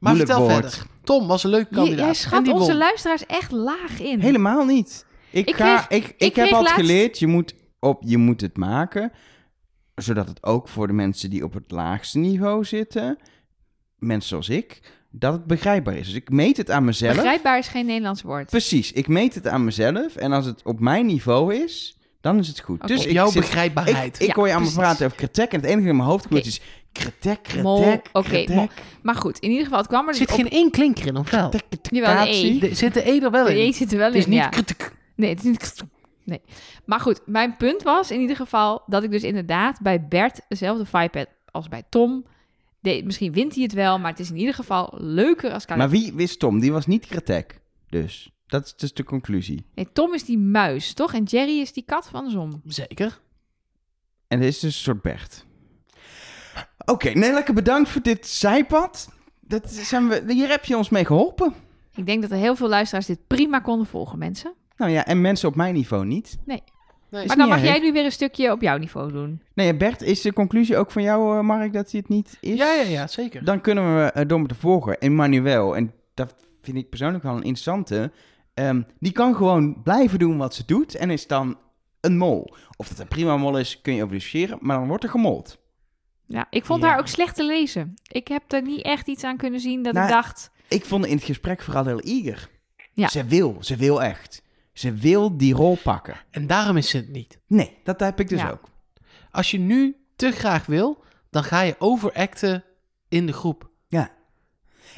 [SPEAKER 2] Maar
[SPEAKER 1] Moeilijk
[SPEAKER 2] vertel
[SPEAKER 1] woord.
[SPEAKER 2] verder. Tom was een leuk
[SPEAKER 3] Je-
[SPEAKER 2] kandidaat.
[SPEAKER 3] Jij
[SPEAKER 2] en
[SPEAKER 3] schat
[SPEAKER 2] die
[SPEAKER 3] onze
[SPEAKER 2] won.
[SPEAKER 3] luisteraars echt laag in.
[SPEAKER 1] Helemaal niet. Ik,
[SPEAKER 3] Mm. Ik
[SPEAKER 1] ga,
[SPEAKER 3] kreeg-
[SPEAKER 1] ik, ik,
[SPEAKER 3] ik
[SPEAKER 1] heb
[SPEAKER 3] kreeg
[SPEAKER 1] altijd
[SPEAKER 3] laatst-
[SPEAKER 1] geleerd, je moet, op, je moet het maken. Zodat het ook voor de mensen die op het laagste niveau zitten, mensen zoals ik, dat het begrijpbaar is. Dus ik meet het aan mezelf.
[SPEAKER 3] Begrijpbaar is geen Nederlands woord.
[SPEAKER 1] Precies, ik meet het aan mezelf. En als het op mijn niveau is, dan is het goed.
[SPEAKER 3] Oké.
[SPEAKER 1] Dus
[SPEAKER 2] Op
[SPEAKER 1] ik
[SPEAKER 2] jouw
[SPEAKER 1] zit-
[SPEAKER 2] begrijpbaarheid.
[SPEAKER 1] Ik, ik
[SPEAKER 3] Ja,
[SPEAKER 1] hoor je allemaal
[SPEAKER 3] precies.
[SPEAKER 1] praten over kretek en het enige in mijn hoofd gebeurt is kretek,
[SPEAKER 3] Mol,
[SPEAKER 1] kretek,
[SPEAKER 3] oké, mol.
[SPEAKER 1] kretek,
[SPEAKER 3] Maar goed, in ieder geval, het kwam er
[SPEAKER 2] Er
[SPEAKER 3] dus
[SPEAKER 2] zit
[SPEAKER 3] op...
[SPEAKER 2] geen één klinker in, of wel?
[SPEAKER 1] kretek,
[SPEAKER 3] Jawel, een
[SPEAKER 1] kretek,
[SPEAKER 3] E.
[SPEAKER 2] Er zit de E er wel
[SPEAKER 3] De
[SPEAKER 2] in.
[SPEAKER 3] E zit er wel
[SPEAKER 2] Het is
[SPEAKER 3] in,
[SPEAKER 2] niet
[SPEAKER 3] ja.
[SPEAKER 2] kritik.
[SPEAKER 3] Nee, het is niet... Maar goed, mijn punt was in ieder geval dat ik dus inderdaad bij Bert dezelfde vibe had als bij Tom. De, misschien wint hij het wel, maar het is in ieder geval leuker als Caleb.
[SPEAKER 1] Maar wie wist Tom? Die was niet Kretek. Dus dat is dus de conclusie.
[SPEAKER 3] Nee, Tom is die muis, toch? En Jerry is die kat van zon.
[SPEAKER 2] Zeker.
[SPEAKER 1] En dit is dus een soort Bert. Oké, nee, lekker bedankt voor dit zijpad. Dat zijn we, hier heb je ons mee geholpen.
[SPEAKER 3] Ik denk dat er heel veel luisteraars dit prima konden volgen, mensen.
[SPEAKER 1] Nou ja, en mensen op mijn niveau niet.
[SPEAKER 2] Nee,
[SPEAKER 3] Maar dan
[SPEAKER 1] niet
[SPEAKER 3] mag
[SPEAKER 1] erg.
[SPEAKER 3] jij nu weer een stukje op jouw niveau doen.
[SPEAKER 1] Nee, Nou Bert, is de conclusie ook van jou, eh, Mark, dat hij het niet is?
[SPEAKER 2] ja, ja, ja, zeker.
[SPEAKER 1] Dan kunnen we eh, door met de volger, Emmanuel. En dat vind ik persoonlijk wel een interessante. Ehm, die kan gewoon blijven doen wat ze doet en is dan een mol. Of dat een prima mol is, kun je over discussiëren, maar dan wordt er gemold.
[SPEAKER 3] Ja, ik vond
[SPEAKER 2] Ja.
[SPEAKER 3] haar ook slecht te lezen. Ik heb er niet echt iets aan kunnen zien dat
[SPEAKER 1] Nou,
[SPEAKER 3] ik dacht...
[SPEAKER 1] Ik vond haar in het gesprek vooral heel eager.
[SPEAKER 3] Ja.
[SPEAKER 1] Ze wil, ze wil echt. Ze wil die rol pakken.
[SPEAKER 2] En daarom is het niet.
[SPEAKER 1] Nee, dat heb ik dus
[SPEAKER 3] Ja.
[SPEAKER 1] ook.
[SPEAKER 2] Als je nu te graag wil, dan ga je overacten in de groep.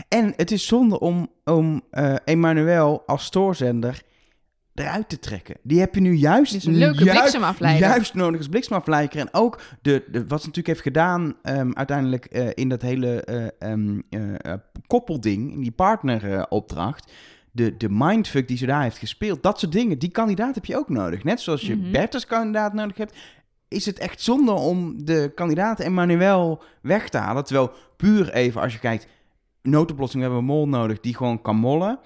[SPEAKER 1] En het is zonde om, om eh, Emmanuel als stoorzender eruit te trekken. Die heb je nu juist...
[SPEAKER 3] Dit is een leuke
[SPEAKER 1] juist-
[SPEAKER 3] bliksemafleider.
[SPEAKER 1] Juist nodig als bliksemafleider. En ook de, de, wat ze natuurlijk heeft gedaan ehm, uiteindelijk eh, in dat hele eh, ehm, eh, eh, koppelding, in die partneropdracht. de, de mindfuck die ze daar heeft gespeeld. Dat soort dingen, die kandidaat heb je ook nodig. Net zoals je
[SPEAKER 3] Mhm.
[SPEAKER 1] Bert als kandidaat nodig hebt, is het echt zonde om de kandidaat Emmanuel weg te halen. Terwijl puur even, als je kijkt, noodoplossing, we hebben een mol nodig die gewoon kan mollen.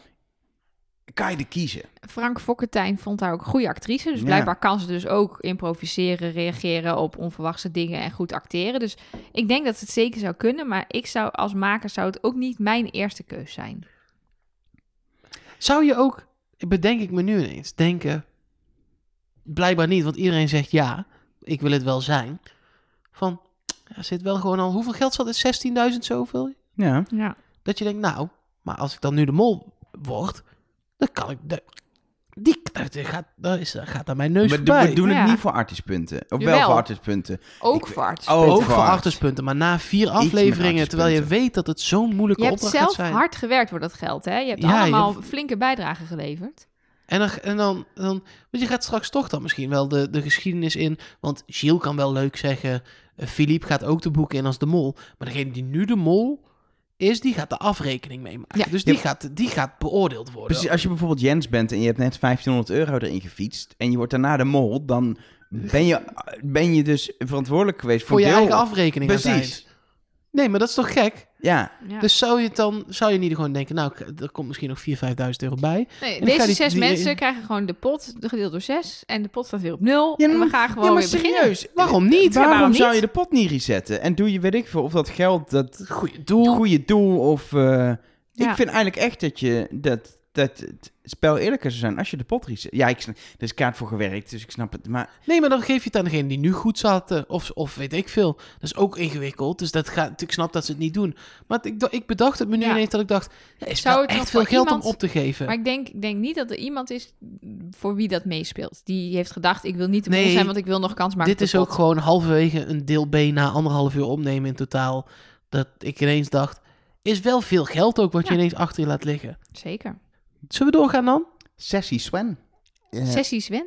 [SPEAKER 1] Kan je er kiezen.
[SPEAKER 3] Frank Fokkentijn vond haar ook een goede actrice. Dus
[SPEAKER 1] Ja.
[SPEAKER 3] blijkbaar kan ze dus ook improviseren, reageren op onverwachte dingen en goed acteren. Dus ik denk dat ze het zeker zou kunnen. Maar ik zou als maker zou het ook niet mijn eerste keus zijn.
[SPEAKER 2] Zou je ook, bedenk ik me nu ineens, denken... Blijkbaar niet, want iedereen zegt ja, ik wil het wel zijn. Van, er zit wel gewoon al... Hoeveel geld zat er? 16.000 zoveel?
[SPEAKER 1] Ja.
[SPEAKER 3] Ja.
[SPEAKER 2] Dat je denkt, nou, maar als ik dan nu de mol word, dan kan ik... De, die dat gaat, dat is, dat gaat aan mijn neus
[SPEAKER 1] We,
[SPEAKER 2] voorbij.
[SPEAKER 1] we doen het
[SPEAKER 3] Ja.
[SPEAKER 1] niet voor artiestpunten. Of wel
[SPEAKER 3] Jawel.
[SPEAKER 1] voor artiestpunten. Ik-
[SPEAKER 3] Ook voor arts.
[SPEAKER 1] Oh,
[SPEAKER 2] ook
[SPEAKER 1] voor
[SPEAKER 2] voor
[SPEAKER 1] arts.
[SPEAKER 2] achterspunten, maar na vier
[SPEAKER 1] meer
[SPEAKER 2] afleveringen, terwijl je
[SPEAKER 1] achterspunten.
[SPEAKER 2] weet dat het zo'n moeilijke
[SPEAKER 3] je hebt
[SPEAKER 2] opdracht gaat
[SPEAKER 3] zelf
[SPEAKER 2] zijn.
[SPEAKER 3] hard gewerkt voor dat geld, hè? Je hebt
[SPEAKER 2] Ja, je
[SPEAKER 3] allemaal flinke bijdragen geleverd.
[SPEAKER 2] En, dan, en dan, dan, want je gaat straks toch dan misschien wel de, de geschiedenis in, want Gilles kan wel leuk zeggen, eh, Philippe gaat ook de boeken in als de mol, maar degene die nu de mol is, die gaat de afrekening meemaken.
[SPEAKER 3] Ja.
[SPEAKER 2] Dus die,
[SPEAKER 1] Ja.
[SPEAKER 2] gaat, die gaat beoordeeld worden.
[SPEAKER 1] Precies, als je bijvoorbeeld Jens bent en je hebt net 1500 euro erin gefietst en je wordt daarna de mol, dan ben je, ben je dus verantwoordelijk geweest voor,
[SPEAKER 2] voor je
[SPEAKER 1] deel-
[SPEAKER 2] eigen afrekening. aan het
[SPEAKER 1] Precies.
[SPEAKER 2] eind. Nee, maar dat is toch gek?
[SPEAKER 1] Ja,
[SPEAKER 3] Ja.
[SPEAKER 2] Dus zou je het dan, zou je niet gewoon denken, nou, ik- er komt misschien nog 4.000, 5.000 euro bij.
[SPEAKER 3] Nee,
[SPEAKER 2] En dan ga
[SPEAKER 3] deze
[SPEAKER 2] je die-
[SPEAKER 3] zes
[SPEAKER 2] die-
[SPEAKER 3] mensen krijgen gewoon de pot gedeeld door zes. En de pot staat weer op nul.
[SPEAKER 1] Ja,
[SPEAKER 3] en we
[SPEAKER 1] maar-
[SPEAKER 3] gaan gewoon
[SPEAKER 1] ja maar
[SPEAKER 3] weer beginnen.
[SPEAKER 1] serieus. eh,
[SPEAKER 2] Waarom niet?
[SPEAKER 1] Waarom,
[SPEAKER 3] waarom
[SPEAKER 1] zou
[SPEAKER 3] niet?
[SPEAKER 1] je de pot niet resetten? En doe je, weet ik veel, of dat geld, dat
[SPEAKER 2] Goeie doel.
[SPEAKER 1] goede doel of... eh,
[SPEAKER 3] Ja.
[SPEAKER 1] Ik vind eigenlijk echt dat je dat, dat het spel eerlijker zou zijn als je de pot reset. Ja, ik, snap- er is kaart voor gewerkt, dus ik snap het. Maar
[SPEAKER 2] Nee, maar dan geef je het aan degene die nu goed zaten. Of, of weet ik veel. Dat is ook ingewikkeld. Dus dat gaat, ik snap dat ze het niet doen. Maar ik, dacht- ik bedacht het me nu
[SPEAKER 3] Ja.
[SPEAKER 2] ineens dat ik dacht... ja, is
[SPEAKER 3] Zou
[SPEAKER 2] Zou
[SPEAKER 3] het nog
[SPEAKER 2] echt veel
[SPEAKER 3] voor
[SPEAKER 2] geld
[SPEAKER 3] iemand-
[SPEAKER 2] om op te geven?
[SPEAKER 3] Maar ik denk, ik denk niet dat er iemand is voor wie dat meespeelt. Die heeft gedacht, ik wil niet de
[SPEAKER 2] Nee,
[SPEAKER 3] mol zijn, want ik wil nog kans maken
[SPEAKER 2] Dit is
[SPEAKER 3] op de
[SPEAKER 2] ook
[SPEAKER 3] pot.
[SPEAKER 2] gewoon halverwege een deel B na anderhalf uur opnemen in totaal. Dat ik ineens dacht... Is wel veel geld ook wat
[SPEAKER 3] Ja.
[SPEAKER 2] je ineens achter je laat liggen.
[SPEAKER 3] Zeker.
[SPEAKER 2] Zullen we doorgaan dan?
[SPEAKER 1] Sessie Swen. eh,
[SPEAKER 3] Sessie Sven.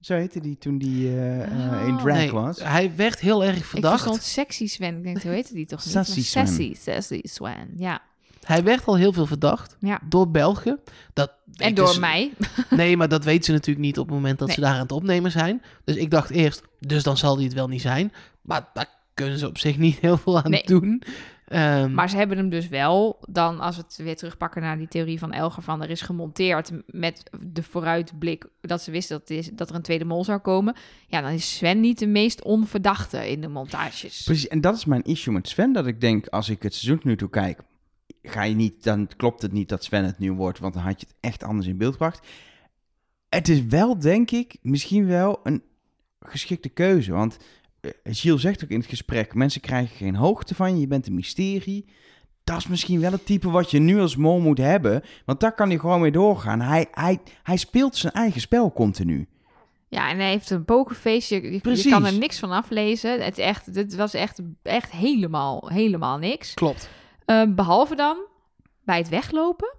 [SPEAKER 1] zo heette die toen die eh, eh,
[SPEAKER 3] Ah.
[SPEAKER 1] in drag
[SPEAKER 2] nee,
[SPEAKER 1] was.
[SPEAKER 2] hij werd heel erg
[SPEAKER 3] Ik verstond
[SPEAKER 2] verdacht.
[SPEAKER 3] Sexy Sven. Ik denk, hoe heette die toch niet?
[SPEAKER 1] Sassy
[SPEAKER 3] Maar
[SPEAKER 1] Sven.
[SPEAKER 3] Sassy, Sassy Sven, ja.
[SPEAKER 2] Hij werd al heel veel verdacht.
[SPEAKER 3] Ja.
[SPEAKER 2] Door Belgen. Dat dus-
[SPEAKER 3] En
[SPEAKER 2] weten
[SPEAKER 3] door
[SPEAKER 2] ze-
[SPEAKER 3] mij.
[SPEAKER 2] Nee, maar dat weet ze natuurlijk niet op het moment dat ze
[SPEAKER 3] Nee.
[SPEAKER 2] daar aan het opnemen zijn. Dus ik dacht eerst, dus dan zal die het wel niet zijn. Maar daar kunnen ze op zich niet heel veel aan
[SPEAKER 3] Nee.
[SPEAKER 2] doen. Ehm,
[SPEAKER 3] Maar ze hebben hem dus wel, dan als we het weer terugpakken naar die theorie van Elger, van er is gemonteerd met de vooruitblik dat ze wisten dat, is, dat er een tweede mol zou komen. Ja, dan is Sven niet de meest onverdachte in de montages.
[SPEAKER 1] Precies, en dat is mijn issue met Sven. Dat ik denk, als ik het seizoen tot nu toe kijk, ga je niet, dan klopt het niet dat Sven het nu wordt, want dan had je het echt anders in beeld gebracht. Het is wel, denk ik, misschien wel een geschikte keuze. Want eh, Gilles zegt ook in het gesprek: mensen krijgen geen hoogte van je, je bent een mysterie. Dat is misschien wel het type wat je nu als mol moet hebben. Want daar kan hij gewoon mee doorgaan. Hij, hij, hij speelt zijn eigen spel continu.
[SPEAKER 3] Ja, en hij heeft een pokerfeest. Je, je- je,
[SPEAKER 1] Precies.
[SPEAKER 3] kan er niks van aflezen. Het, is echt, het was echt, echt helemaal, helemaal niks.
[SPEAKER 2] Klopt.
[SPEAKER 3] Ehm, behalve dan bij het weglopen.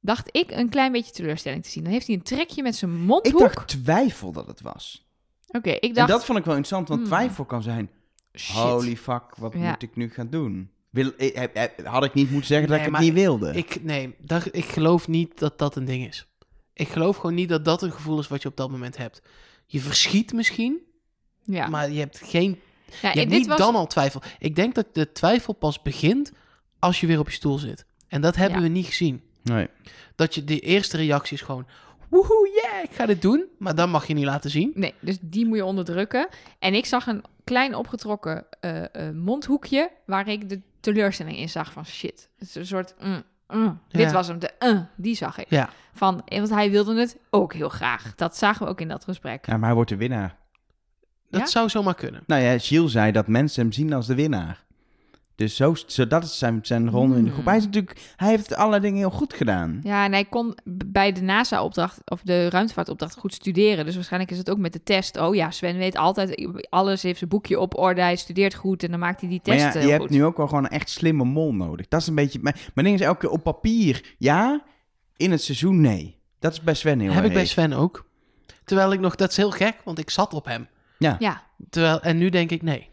[SPEAKER 3] dacht ik een klein beetje teleurstelling te zien. Dan heeft hij een trekje met zijn mondhoek.
[SPEAKER 1] Ik dacht twijfel dat het was.
[SPEAKER 3] Oké, ik dacht...
[SPEAKER 1] En dat vond ik wel interessant, want
[SPEAKER 3] Hmm.
[SPEAKER 1] twijfel kan zijn...
[SPEAKER 3] shit.
[SPEAKER 1] Holy fuck, wat
[SPEAKER 3] Ja.
[SPEAKER 1] moet ik nu gaan doen? Wil, eh, eh, eh, had ik niet moeten zeggen
[SPEAKER 2] Nee,
[SPEAKER 1] dat ik het niet
[SPEAKER 2] maar
[SPEAKER 1] wilde?
[SPEAKER 2] Ik, nee, daar- ik geloof niet dat dat een ding is. Ik geloof gewoon niet dat dat een gevoel is wat je op dat moment hebt. Je verschiet misschien,
[SPEAKER 3] Ja.
[SPEAKER 2] maar je hebt geen.
[SPEAKER 3] Ja,
[SPEAKER 2] Je
[SPEAKER 3] en
[SPEAKER 2] hebt
[SPEAKER 3] dit
[SPEAKER 2] niet
[SPEAKER 3] was...
[SPEAKER 2] dan al twijfel. Ik denk dat de twijfel pas begint als je weer op je stoel zit. En dat hebben
[SPEAKER 3] Ja.
[SPEAKER 2] we niet gezien.
[SPEAKER 1] Nee.
[SPEAKER 2] Dat je de eerste reactie is gewoon. Woehoe, yeah, ik ga dit doen. Maar dat mag je niet laten zien.
[SPEAKER 3] Nee, dus die moet je onderdrukken. En ik zag een klein opgetrokken eh, eh, mondhoekje waar ik de teleurstelling in zag van shit. Het is een soort... mm, mm. Dit
[SPEAKER 2] Ja.
[SPEAKER 3] was hem, de mm, die zag ik.
[SPEAKER 2] Ja,
[SPEAKER 3] Van, eh, want hij wilde het ook heel graag. Dat zagen we ook in dat gesprek.
[SPEAKER 1] Ja, maar hij wordt de winnaar.
[SPEAKER 2] dat
[SPEAKER 3] Ja?
[SPEAKER 2] zou zomaar kunnen.
[SPEAKER 1] Nou ja, Gilles zei dat mensen hem zien als de winnaar. Dus zo, zo dat is zijn, zijn rol nu in de groep.
[SPEAKER 3] Hmm.
[SPEAKER 1] Hij, is natuurlijk, hij heeft allerlei dingen heel goed gedaan.
[SPEAKER 3] Ja, en hij kon b- bij de NASA-opdracht of de ruimtevaartopdracht goed studeren. Dus waarschijnlijk is het ook met de test. Oh ja, Sven weet altijd i- alles, heeft zijn boekje op orde, hij studeert goed en dan maakt hij die
[SPEAKER 1] Maar
[SPEAKER 3] test
[SPEAKER 1] ja, je
[SPEAKER 3] heel
[SPEAKER 1] hebt
[SPEAKER 3] goed.
[SPEAKER 1] nu ook wel gewoon een echt slimme mol nodig. Dat is een beetje... Mijn, mijn ding is elke keer op papier ja, in het seizoen nee. Dat is bij Sven heel
[SPEAKER 2] Heb ik
[SPEAKER 1] erg.
[SPEAKER 2] bij Sven ook. Terwijl ik nog, dat is heel gek, want ik zat op hem.
[SPEAKER 3] Ja,
[SPEAKER 2] Terwijl, en nu denk ik nee.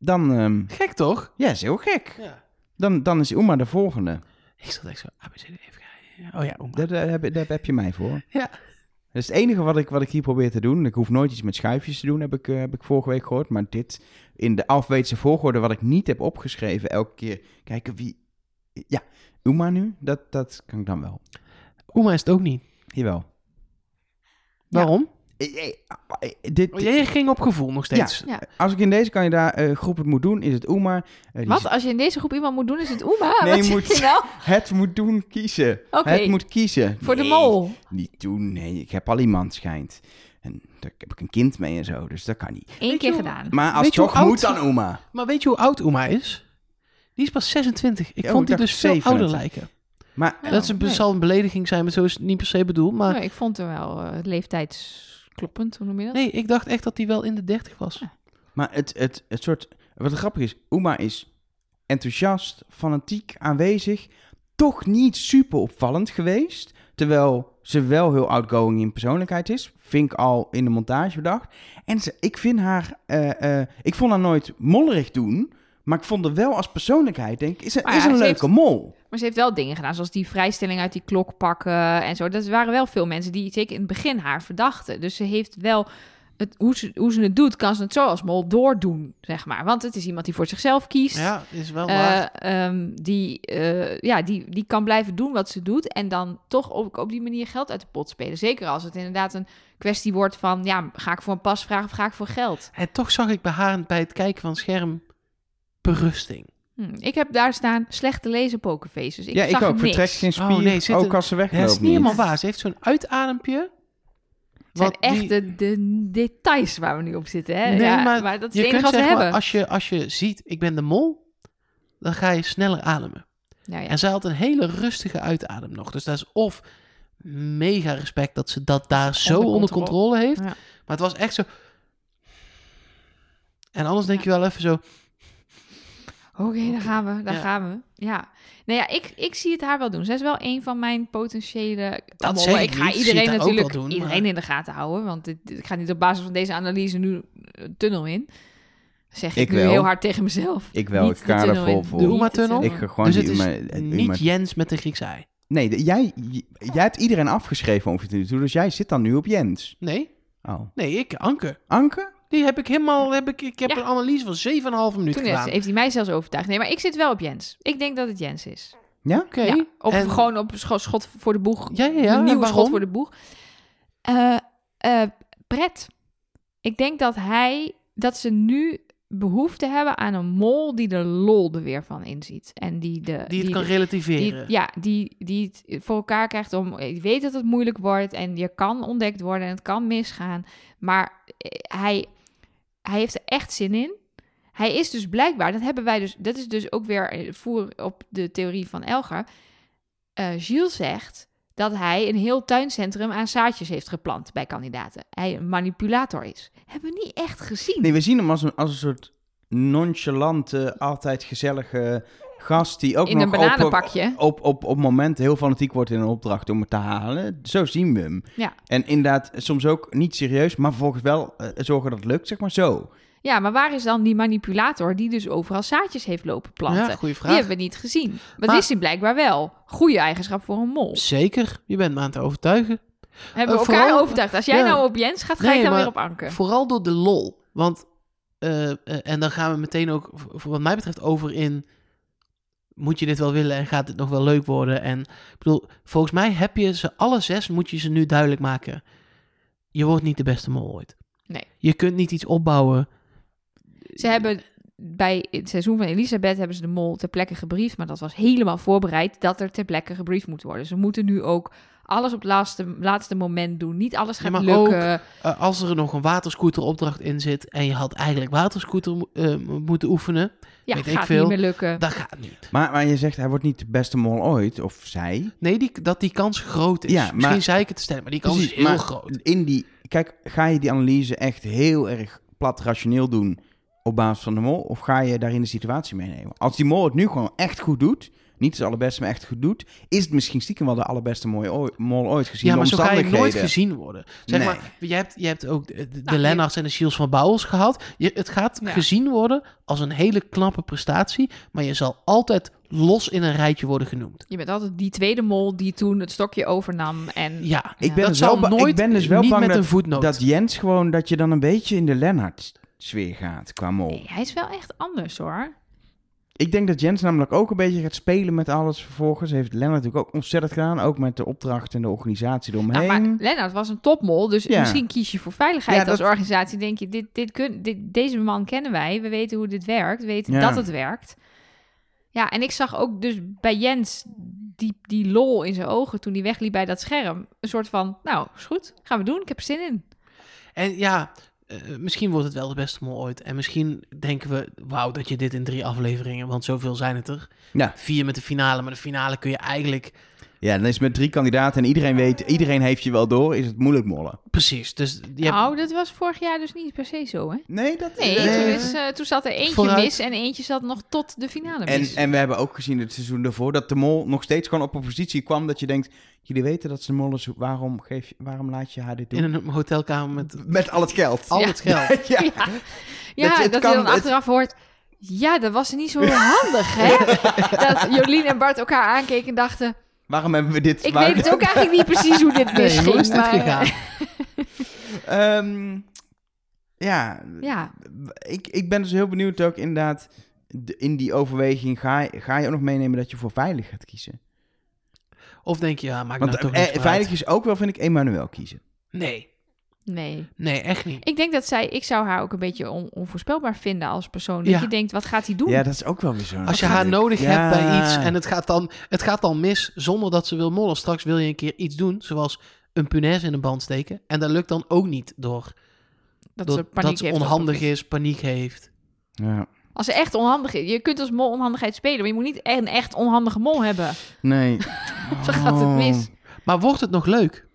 [SPEAKER 1] Dan, ehm,
[SPEAKER 2] Gek toch?
[SPEAKER 1] ja, is heel gek.
[SPEAKER 2] Ja.
[SPEAKER 1] Dan, dan is Oema de volgende.
[SPEAKER 2] Ik zat echt zo, ABCD, even kijken. Oh ja, oma.
[SPEAKER 1] Daar, daar heb, daar heb je mij voor.
[SPEAKER 2] Ja.
[SPEAKER 1] Dat is het enige wat ik, wat ik hier probeer te doen. Ik hoef nooit iets met schuifjes te doen, heb ik, eh, heb ik vorige week gehoord. Maar dit in de afweetse volgorde, wat ik niet heb opgeschreven, elke keer kijken wie. Ja, Uma nu, dat, dat kan ik dan wel.
[SPEAKER 2] Oma is het ook niet.
[SPEAKER 1] Jawel.
[SPEAKER 2] Waarom?
[SPEAKER 1] Eh, eh, eh, dit,
[SPEAKER 3] Oh,
[SPEAKER 2] Want Jij ging op gevoel nog steeds.
[SPEAKER 3] ja.
[SPEAKER 1] als ik in deze kandidaat eh, groep het moet doen, is het Uma. eh, die
[SPEAKER 3] Wat?
[SPEAKER 1] z-
[SPEAKER 3] Als je in deze groep iemand moet doen, is het Oema?
[SPEAKER 1] Nee,
[SPEAKER 3] Wat
[SPEAKER 1] je
[SPEAKER 3] zeg
[SPEAKER 1] moet-
[SPEAKER 3] je nou?
[SPEAKER 1] Het moet doen kiezen.
[SPEAKER 3] Oké.
[SPEAKER 1] Het moet kiezen.
[SPEAKER 3] Voor de
[SPEAKER 1] Nee,
[SPEAKER 3] mol.
[SPEAKER 1] Niet doen, nee. Ik heb al iemand schijnt. En daar heb ik een kind mee en zo, dus dat kan niet.
[SPEAKER 3] Eén
[SPEAKER 2] Weet
[SPEAKER 3] keer
[SPEAKER 2] je-
[SPEAKER 3] gedaan.
[SPEAKER 1] Maar als
[SPEAKER 2] Weet je hoe
[SPEAKER 1] toch moet,
[SPEAKER 2] oud-
[SPEAKER 1] dan Uma.
[SPEAKER 2] Maar weet je hoe oud oma is? Die is pas 26. Ik
[SPEAKER 1] Ja,
[SPEAKER 2] vond
[SPEAKER 1] ik
[SPEAKER 2] die
[SPEAKER 1] dacht
[SPEAKER 2] dus veel ouder
[SPEAKER 1] 27.
[SPEAKER 2] lijken.
[SPEAKER 1] Maar
[SPEAKER 2] En dat is een,
[SPEAKER 3] nee.
[SPEAKER 2] zal een belediging zijn, maar zo is het niet per se bedoeld. Maar
[SPEAKER 3] Nee, ik vond hem wel eh, leeftijdskloppend, hoe noem je dat?
[SPEAKER 2] nee, ik dacht echt dat die wel in de 30 was.
[SPEAKER 1] Maar het, het, het soort. Wat grappig is, Uma is enthousiast, fanatiek aanwezig. Toch niet super opvallend geweest. Terwijl ze wel heel outgoing in persoonlijkheid is. Vind ik al in de montage bedacht. En ze, ik vind haar. eh, eh, ik vond haar nooit mollerig doen. Maar ik vond haar wel als persoonlijkheid, denk ik.
[SPEAKER 2] Oh
[SPEAKER 1] Is,
[SPEAKER 3] Maar
[SPEAKER 1] is
[SPEAKER 3] ja,
[SPEAKER 1] een
[SPEAKER 3] ze
[SPEAKER 1] leuke mol.
[SPEAKER 3] Maar ze heeft wel dingen gedaan, zoals die vrijstelling uit die klok pakken en zo. Dat waren wel veel mensen die zeker in het begin haar verdachten. Dus ze heeft wel... Het, hoe, ze, hoe ze het doet, kan ze het zo als mol doordoen, zeg maar. Want het is iemand die voor zichzelf kiest.
[SPEAKER 2] Ja, is wel waar.
[SPEAKER 3] Eh, ehm, die, eh, ja, die, die kan blijven doen wat ze doet. En dan toch op, op die manier geld uit de pot spelen. Zeker als het inderdaad een kwestie wordt van... ja, ga ik voor een pasvraag of ga ik voor geld?
[SPEAKER 2] En toch zag ik bij haar bij het kijken van het scherm berusting.
[SPEAKER 3] Hm, ik heb daar staan slechte lezen pokerfaces. Ik
[SPEAKER 1] ja, ik
[SPEAKER 3] zag
[SPEAKER 1] ook.
[SPEAKER 3] Niks.
[SPEAKER 1] Vertrekt geen spier.
[SPEAKER 2] Oh, nee, zit
[SPEAKER 1] ook
[SPEAKER 2] een-
[SPEAKER 1] als ze wegloopt.
[SPEAKER 2] Ja, dat is niet
[SPEAKER 1] niet.
[SPEAKER 2] helemaal waar. Ze heeft zo'n uitadempje.
[SPEAKER 3] Het zijn
[SPEAKER 2] Wat
[SPEAKER 3] echt
[SPEAKER 2] die-
[SPEAKER 3] de, de details waar we nu op zitten. Hè?
[SPEAKER 2] Nee,
[SPEAKER 3] ja,
[SPEAKER 2] maar
[SPEAKER 3] dat is
[SPEAKER 2] Je
[SPEAKER 3] het enige
[SPEAKER 2] kunt
[SPEAKER 3] wat we
[SPEAKER 2] zeggen,
[SPEAKER 3] hebben.
[SPEAKER 2] als je, als je ziet, ik ben de mol, dan ga je sneller ademen.
[SPEAKER 3] Nou ja.
[SPEAKER 2] En zij had een hele rustige uitadem nog. Dus dat is of mega respect dat ze dat daar zo
[SPEAKER 3] onder
[SPEAKER 2] onder
[SPEAKER 3] controle.
[SPEAKER 2] controle heeft.
[SPEAKER 3] Ja.
[SPEAKER 2] Maar het was echt zo... En anders denk je wel even zo...
[SPEAKER 3] Oké, daar gaan we. Daar
[SPEAKER 2] Ja.
[SPEAKER 3] gaan we. Ja. Nou ja, ik, ik zie het haar wel doen. Zij is wel een van mijn potentiële...
[SPEAKER 2] Dat
[SPEAKER 3] mollen.
[SPEAKER 2] zeg ik
[SPEAKER 3] ik ga
[SPEAKER 2] niet. Zie
[SPEAKER 3] iedereen
[SPEAKER 2] het haar ook
[SPEAKER 3] natuurlijk
[SPEAKER 2] wel doen,
[SPEAKER 3] iedereen
[SPEAKER 2] maar-
[SPEAKER 3] in de gaten houden. Want dit- dit- ik ga niet op basis van deze analyse nu een tunnel in. Zeg ik,
[SPEAKER 1] Ik
[SPEAKER 3] nu
[SPEAKER 1] wel.
[SPEAKER 3] heel hard tegen mezelf.
[SPEAKER 1] Ik wel,
[SPEAKER 3] Niet
[SPEAKER 1] ik
[SPEAKER 3] de
[SPEAKER 1] ga er
[SPEAKER 3] tunnel in.
[SPEAKER 1] vol voor.
[SPEAKER 2] De
[SPEAKER 3] Niet
[SPEAKER 2] Oema-tunnel?
[SPEAKER 1] Ik
[SPEAKER 3] tunnel
[SPEAKER 1] ga
[SPEAKER 3] in.
[SPEAKER 1] gewoon
[SPEAKER 2] dus
[SPEAKER 1] die
[SPEAKER 2] het is
[SPEAKER 1] Uma- het
[SPEAKER 2] niet
[SPEAKER 1] Uma-
[SPEAKER 2] Jens met een Griekse ei.
[SPEAKER 1] Nee, de- jij, j- jij hebt iedereen afgeschreven om je te doen. Dus jij zit dan nu op Jens.
[SPEAKER 2] Nee,
[SPEAKER 1] Oh.
[SPEAKER 2] nee, ik, Anke.
[SPEAKER 1] Anke?
[SPEAKER 2] Die heb ik helemaal... Heb ik, ik heb
[SPEAKER 3] Ja.
[SPEAKER 2] een analyse van 7,5 minuten
[SPEAKER 3] Toen
[SPEAKER 2] gedaan.
[SPEAKER 3] heeft, heeft hij mij zelfs overtuigd. Nee, maar ik zit wel op Jens. Ik denk dat het Jens is.
[SPEAKER 1] Ja?
[SPEAKER 2] Oké.
[SPEAKER 3] Ja, of
[SPEAKER 2] En-
[SPEAKER 3] gewoon op scho- schot voor de boeg.
[SPEAKER 2] Ja, ja, ja.
[SPEAKER 3] een
[SPEAKER 2] En
[SPEAKER 3] nieuwe
[SPEAKER 2] waarom?
[SPEAKER 3] schot voor de boeg. Eh, eh, Brett. Ik denk dat hij, dat ze nu behoefte hebben aan een mol die de lol er weer van inziet. En die de.
[SPEAKER 2] Die het kan
[SPEAKER 3] de- die-
[SPEAKER 2] relativeren.
[SPEAKER 3] ja, die, die het voor elkaar krijgt om. Je weet dat het moeilijk wordt en je kan ontdekt worden en het kan misgaan. Maar eh, hij, hij heeft er echt zin in. Hij is dus blijkbaar, dat hebben wij dus, dat is dus ook weer eh, voer op de theorie van Elger. Eh, Gilles zegt dat hij een heel tuincentrum aan zaadjes heeft geplant bij kandidaten. Hij een manipulator is. Hebben we niet echt gezien.
[SPEAKER 1] Nee, we zien hem als een, als een soort nonchalante, altijd gezellige gast die ook
[SPEAKER 3] in een
[SPEAKER 1] nog op,
[SPEAKER 3] bananenpakje.
[SPEAKER 1] op, op, op moment heel fanatiek wordt in een opdracht om het te halen. Zo zien we hem.
[SPEAKER 3] Ja.
[SPEAKER 1] En inderdaad, soms ook niet serieus, maar volgens wel eh, zorgen dat het lukt, zeg maar zo.
[SPEAKER 3] Ja, maar waar is dan die manipulator die dus overal zaadjes heeft lopen planten?
[SPEAKER 2] Ja, goede
[SPEAKER 3] die
[SPEAKER 2] vraag.
[SPEAKER 3] hebben we niet gezien. Maar het
[SPEAKER 2] Maar-
[SPEAKER 3] is hij blijkbaar wel. Goede eigenschap voor een mol.
[SPEAKER 2] Zeker, je bent me aan het overtuigen.
[SPEAKER 3] Hebben we
[SPEAKER 2] Eh,
[SPEAKER 3] elkaar
[SPEAKER 2] vooral-
[SPEAKER 3] overtuigd. Als jij
[SPEAKER 2] Ja.
[SPEAKER 3] nou op Jens gaat, ga
[SPEAKER 2] Nee,
[SPEAKER 3] ik dan
[SPEAKER 2] maar-
[SPEAKER 3] weer op Anke.
[SPEAKER 2] Vooral door de lol. Want, eh, eh, en dan gaan we meteen ook, v- voor wat mij betreft, over in... Moet je dit wel willen en gaat dit nog wel leuk worden? En ik bedoel, volgens mij heb je ze alle zes, moet je ze nu duidelijk maken. Je wordt niet de beste mol ooit.
[SPEAKER 3] Nee.
[SPEAKER 2] Je kunt niet iets opbouwen.
[SPEAKER 3] Ze hebben bij het seizoen van Elisabeth hebben ze de mol ter plekke gebriefd, maar dat was helemaal voorbereid dat er ter plekke gebriefd moet worden. Ze moeten nu ook alles op het laatste, laatste moment doen. Niet alles
[SPEAKER 2] Ja,
[SPEAKER 3] gaat
[SPEAKER 2] maar ook-
[SPEAKER 3] lukken.
[SPEAKER 2] Eh, als er nog een waterscooteropdracht in zit en je had eigenlijk waterscooter mo- eh, moeten oefenen,
[SPEAKER 3] ja,
[SPEAKER 2] weet ik
[SPEAKER 3] gaat
[SPEAKER 2] veel.
[SPEAKER 3] niet meer lukken.
[SPEAKER 2] dat gaat niet.
[SPEAKER 1] Maar, maar je zegt, hij wordt niet de beste mol ooit, of zij.
[SPEAKER 2] Nee, die, dat die kans groot is.
[SPEAKER 1] Ja, maar-
[SPEAKER 2] Misschien zei ik het te stellen, maar die kans
[SPEAKER 1] Precies,
[SPEAKER 2] is heel
[SPEAKER 1] maar
[SPEAKER 2] groot.
[SPEAKER 1] In die, kijk, ga je die analyse echt heel erg plat rationeel doen op basis van de mol? Of ga je daarin de situatie meenemen? Als die mol het nu gewoon echt goed doet, niet het allerbeste, maar echt goed doet, is het misschien stiekem wel de allerbeste mooi ooi- mol ooit gezien.
[SPEAKER 2] Ja,
[SPEAKER 1] de
[SPEAKER 2] maar zo ga je nooit
[SPEAKER 1] omstandigheden.
[SPEAKER 2] gezien worden. Zeg
[SPEAKER 1] Nee.
[SPEAKER 2] maar, je hebt, je hebt ook de, de
[SPEAKER 3] Nou, je-
[SPEAKER 2] Lennarts en de Siels van Bouwels gehaald. Je, het gaat
[SPEAKER 3] Ja.
[SPEAKER 2] gezien worden als een hele knappe prestatie, maar je zal altijd los in een rijtje worden genoemd.
[SPEAKER 3] Je bent altijd die tweede mol die toen het stokje overnam en
[SPEAKER 2] Ja,
[SPEAKER 1] Ik ben,
[SPEAKER 3] Ja.
[SPEAKER 2] dat
[SPEAKER 1] dus wel,
[SPEAKER 2] zal
[SPEAKER 1] ba-
[SPEAKER 2] nooit
[SPEAKER 1] ik ben dus wel
[SPEAKER 2] niet
[SPEAKER 1] bang
[SPEAKER 2] met een
[SPEAKER 1] dat,
[SPEAKER 2] voetnoot.
[SPEAKER 1] dat Jens gewoon, dat je dan een beetje in de Lennart-sfeer gaat qua mol.
[SPEAKER 3] Nee, hij is wel echt anders hoor.
[SPEAKER 1] Ik denk dat Jens namelijk ook een beetje gaat spelen met alles vervolgens. Heeft Lennart natuurlijk ook ontzettend gedaan. Ook met de opdracht en de organisatie
[SPEAKER 3] Nou,
[SPEAKER 1] eromheen.
[SPEAKER 3] maar Lennart was een topmol, dus
[SPEAKER 1] Ja.
[SPEAKER 3] misschien kies je voor veiligheid
[SPEAKER 1] Ja, dat-
[SPEAKER 3] als organisatie. Denk je, dit, dit kun, dit, deze man kennen wij, we weten hoe dit werkt, we weten
[SPEAKER 1] Ja.
[SPEAKER 3] dat het werkt. Ja, en ik zag ook dus bij Jens die, die lol in zijn ogen toen hij wegliep bij dat scherm. Een soort van, nou, is goed, gaan we doen, ik heb er zin in.
[SPEAKER 2] En ja, eh, misschien wordt het wel de beste mol ooit. En misschien denken we, wauw, dat je dit in drie afleveringen, want zoveel zijn het er.
[SPEAKER 1] Ja.
[SPEAKER 2] Vier met de finale, maar de finale kun je eigenlijk...
[SPEAKER 1] Ja, dan is het met drie kandidaten en iedereen weet, iedereen heeft je wel door, is het moeilijk mollen.
[SPEAKER 2] Precies, dus je hebt-
[SPEAKER 3] Nou, dat was vorig jaar dus niet per se zo, hè?
[SPEAKER 1] Nee, dat
[SPEAKER 3] Nee,
[SPEAKER 2] Nee.
[SPEAKER 3] Toen, is, eh, toen zat er eentje
[SPEAKER 2] Vooruit.
[SPEAKER 3] mis en eentje zat nog tot de finale
[SPEAKER 1] En,
[SPEAKER 3] eh, mis.
[SPEAKER 1] en we hebben ook gezien het seizoen daarvoor dat de mol nog steeds gewoon op een positie kwam dat je denkt, jullie weten dat ze de mol is, waarom, geef, je- waarom laat je haar dit
[SPEAKER 3] Oh.
[SPEAKER 1] doen?
[SPEAKER 2] in een hotelkamer met
[SPEAKER 1] Met al het geld.
[SPEAKER 2] al
[SPEAKER 3] Ja.
[SPEAKER 2] het geld.
[SPEAKER 1] ja.
[SPEAKER 3] Ja, ja
[SPEAKER 1] Het- het
[SPEAKER 3] dat
[SPEAKER 1] kan-
[SPEAKER 3] je dan
[SPEAKER 1] het-
[SPEAKER 3] achteraf hoort... Ja, dat was niet zo handig, hè? Dat Jolien en Bart elkaar aankeken en dachten...
[SPEAKER 1] Waarom hebben we dit?
[SPEAKER 3] Ik
[SPEAKER 1] waarom-
[SPEAKER 3] weet het ook eigenlijk niet precies hoe dit
[SPEAKER 2] Nee,
[SPEAKER 3] misging.
[SPEAKER 2] hoe is dit
[SPEAKER 3] maar, eh,
[SPEAKER 2] gegaan?
[SPEAKER 1] Ehm, ja,
[SPEAKER 3] Ja,
[SPEAKER 1] ik, ik ben dus heel benieuwd ook inderdaad, de- in die overweging ga, je- ga je ook nog meenemen dat je voor veilig gaat kiezen.
[SPEAKER 2] Of denk je, ja, maak
[SPEAKER 1] Want
[SPEAKER 2] nou toch
[SPEAKER 1] eh,
[SPEAKER 2] niet
[SPEAKER 1] veilig is ook wel, vind ik, Emmanuel kiezen.
[SPEAKER 2] Nee,
[SPEAKER 3] eh, nee.
[SPEAKER 2] nee, echt niet.
[SPEAKER 3] Ik denk dat zij... Ik zou haar ook een beetje on- onvoorspelbaar vinden als persoon. Dat
[SPEAKER 2] Ja.
[SPEAKER 3] je denkt, wat gaat hij doen?
[SPEAKER 1] Ja, dat is ook wel weer zo.
[SPEAKER 2] Als je haar nodig hebt bij iets en
[SPEAKER 1] het
[SPEAKER 2] het gaat, dan, het gaat dan mis zonder dat ze wil mollen. Straks wil je een keer iets doen, zoals een punaise in een band steken. En dat lukt dan ook niet door
[SPEAKER 3] Dat
[SPEAKER 2] door-
[SPEAKER 3] ze paniek
[SPEAKER 2] dat ze
[SPEAKER 3] heeft of-
[SPEAKER 2] onhandig is, paniek heeft.
[SPEAKER 1] Ja.
[SPEAKER 3] Als ze echt onhandig is. Je kunt als mol onhandigheid spelen, maar je moet niet echt een echt onhandige mol hebben.
[SPEAKER 1] Nee.
[SPEAKER 3] Zo gaat
[SPEAKER 2] Oh.
[SPEAKER 3] het mis.
[SPEAKER 2] Maar wordt het nog leuk?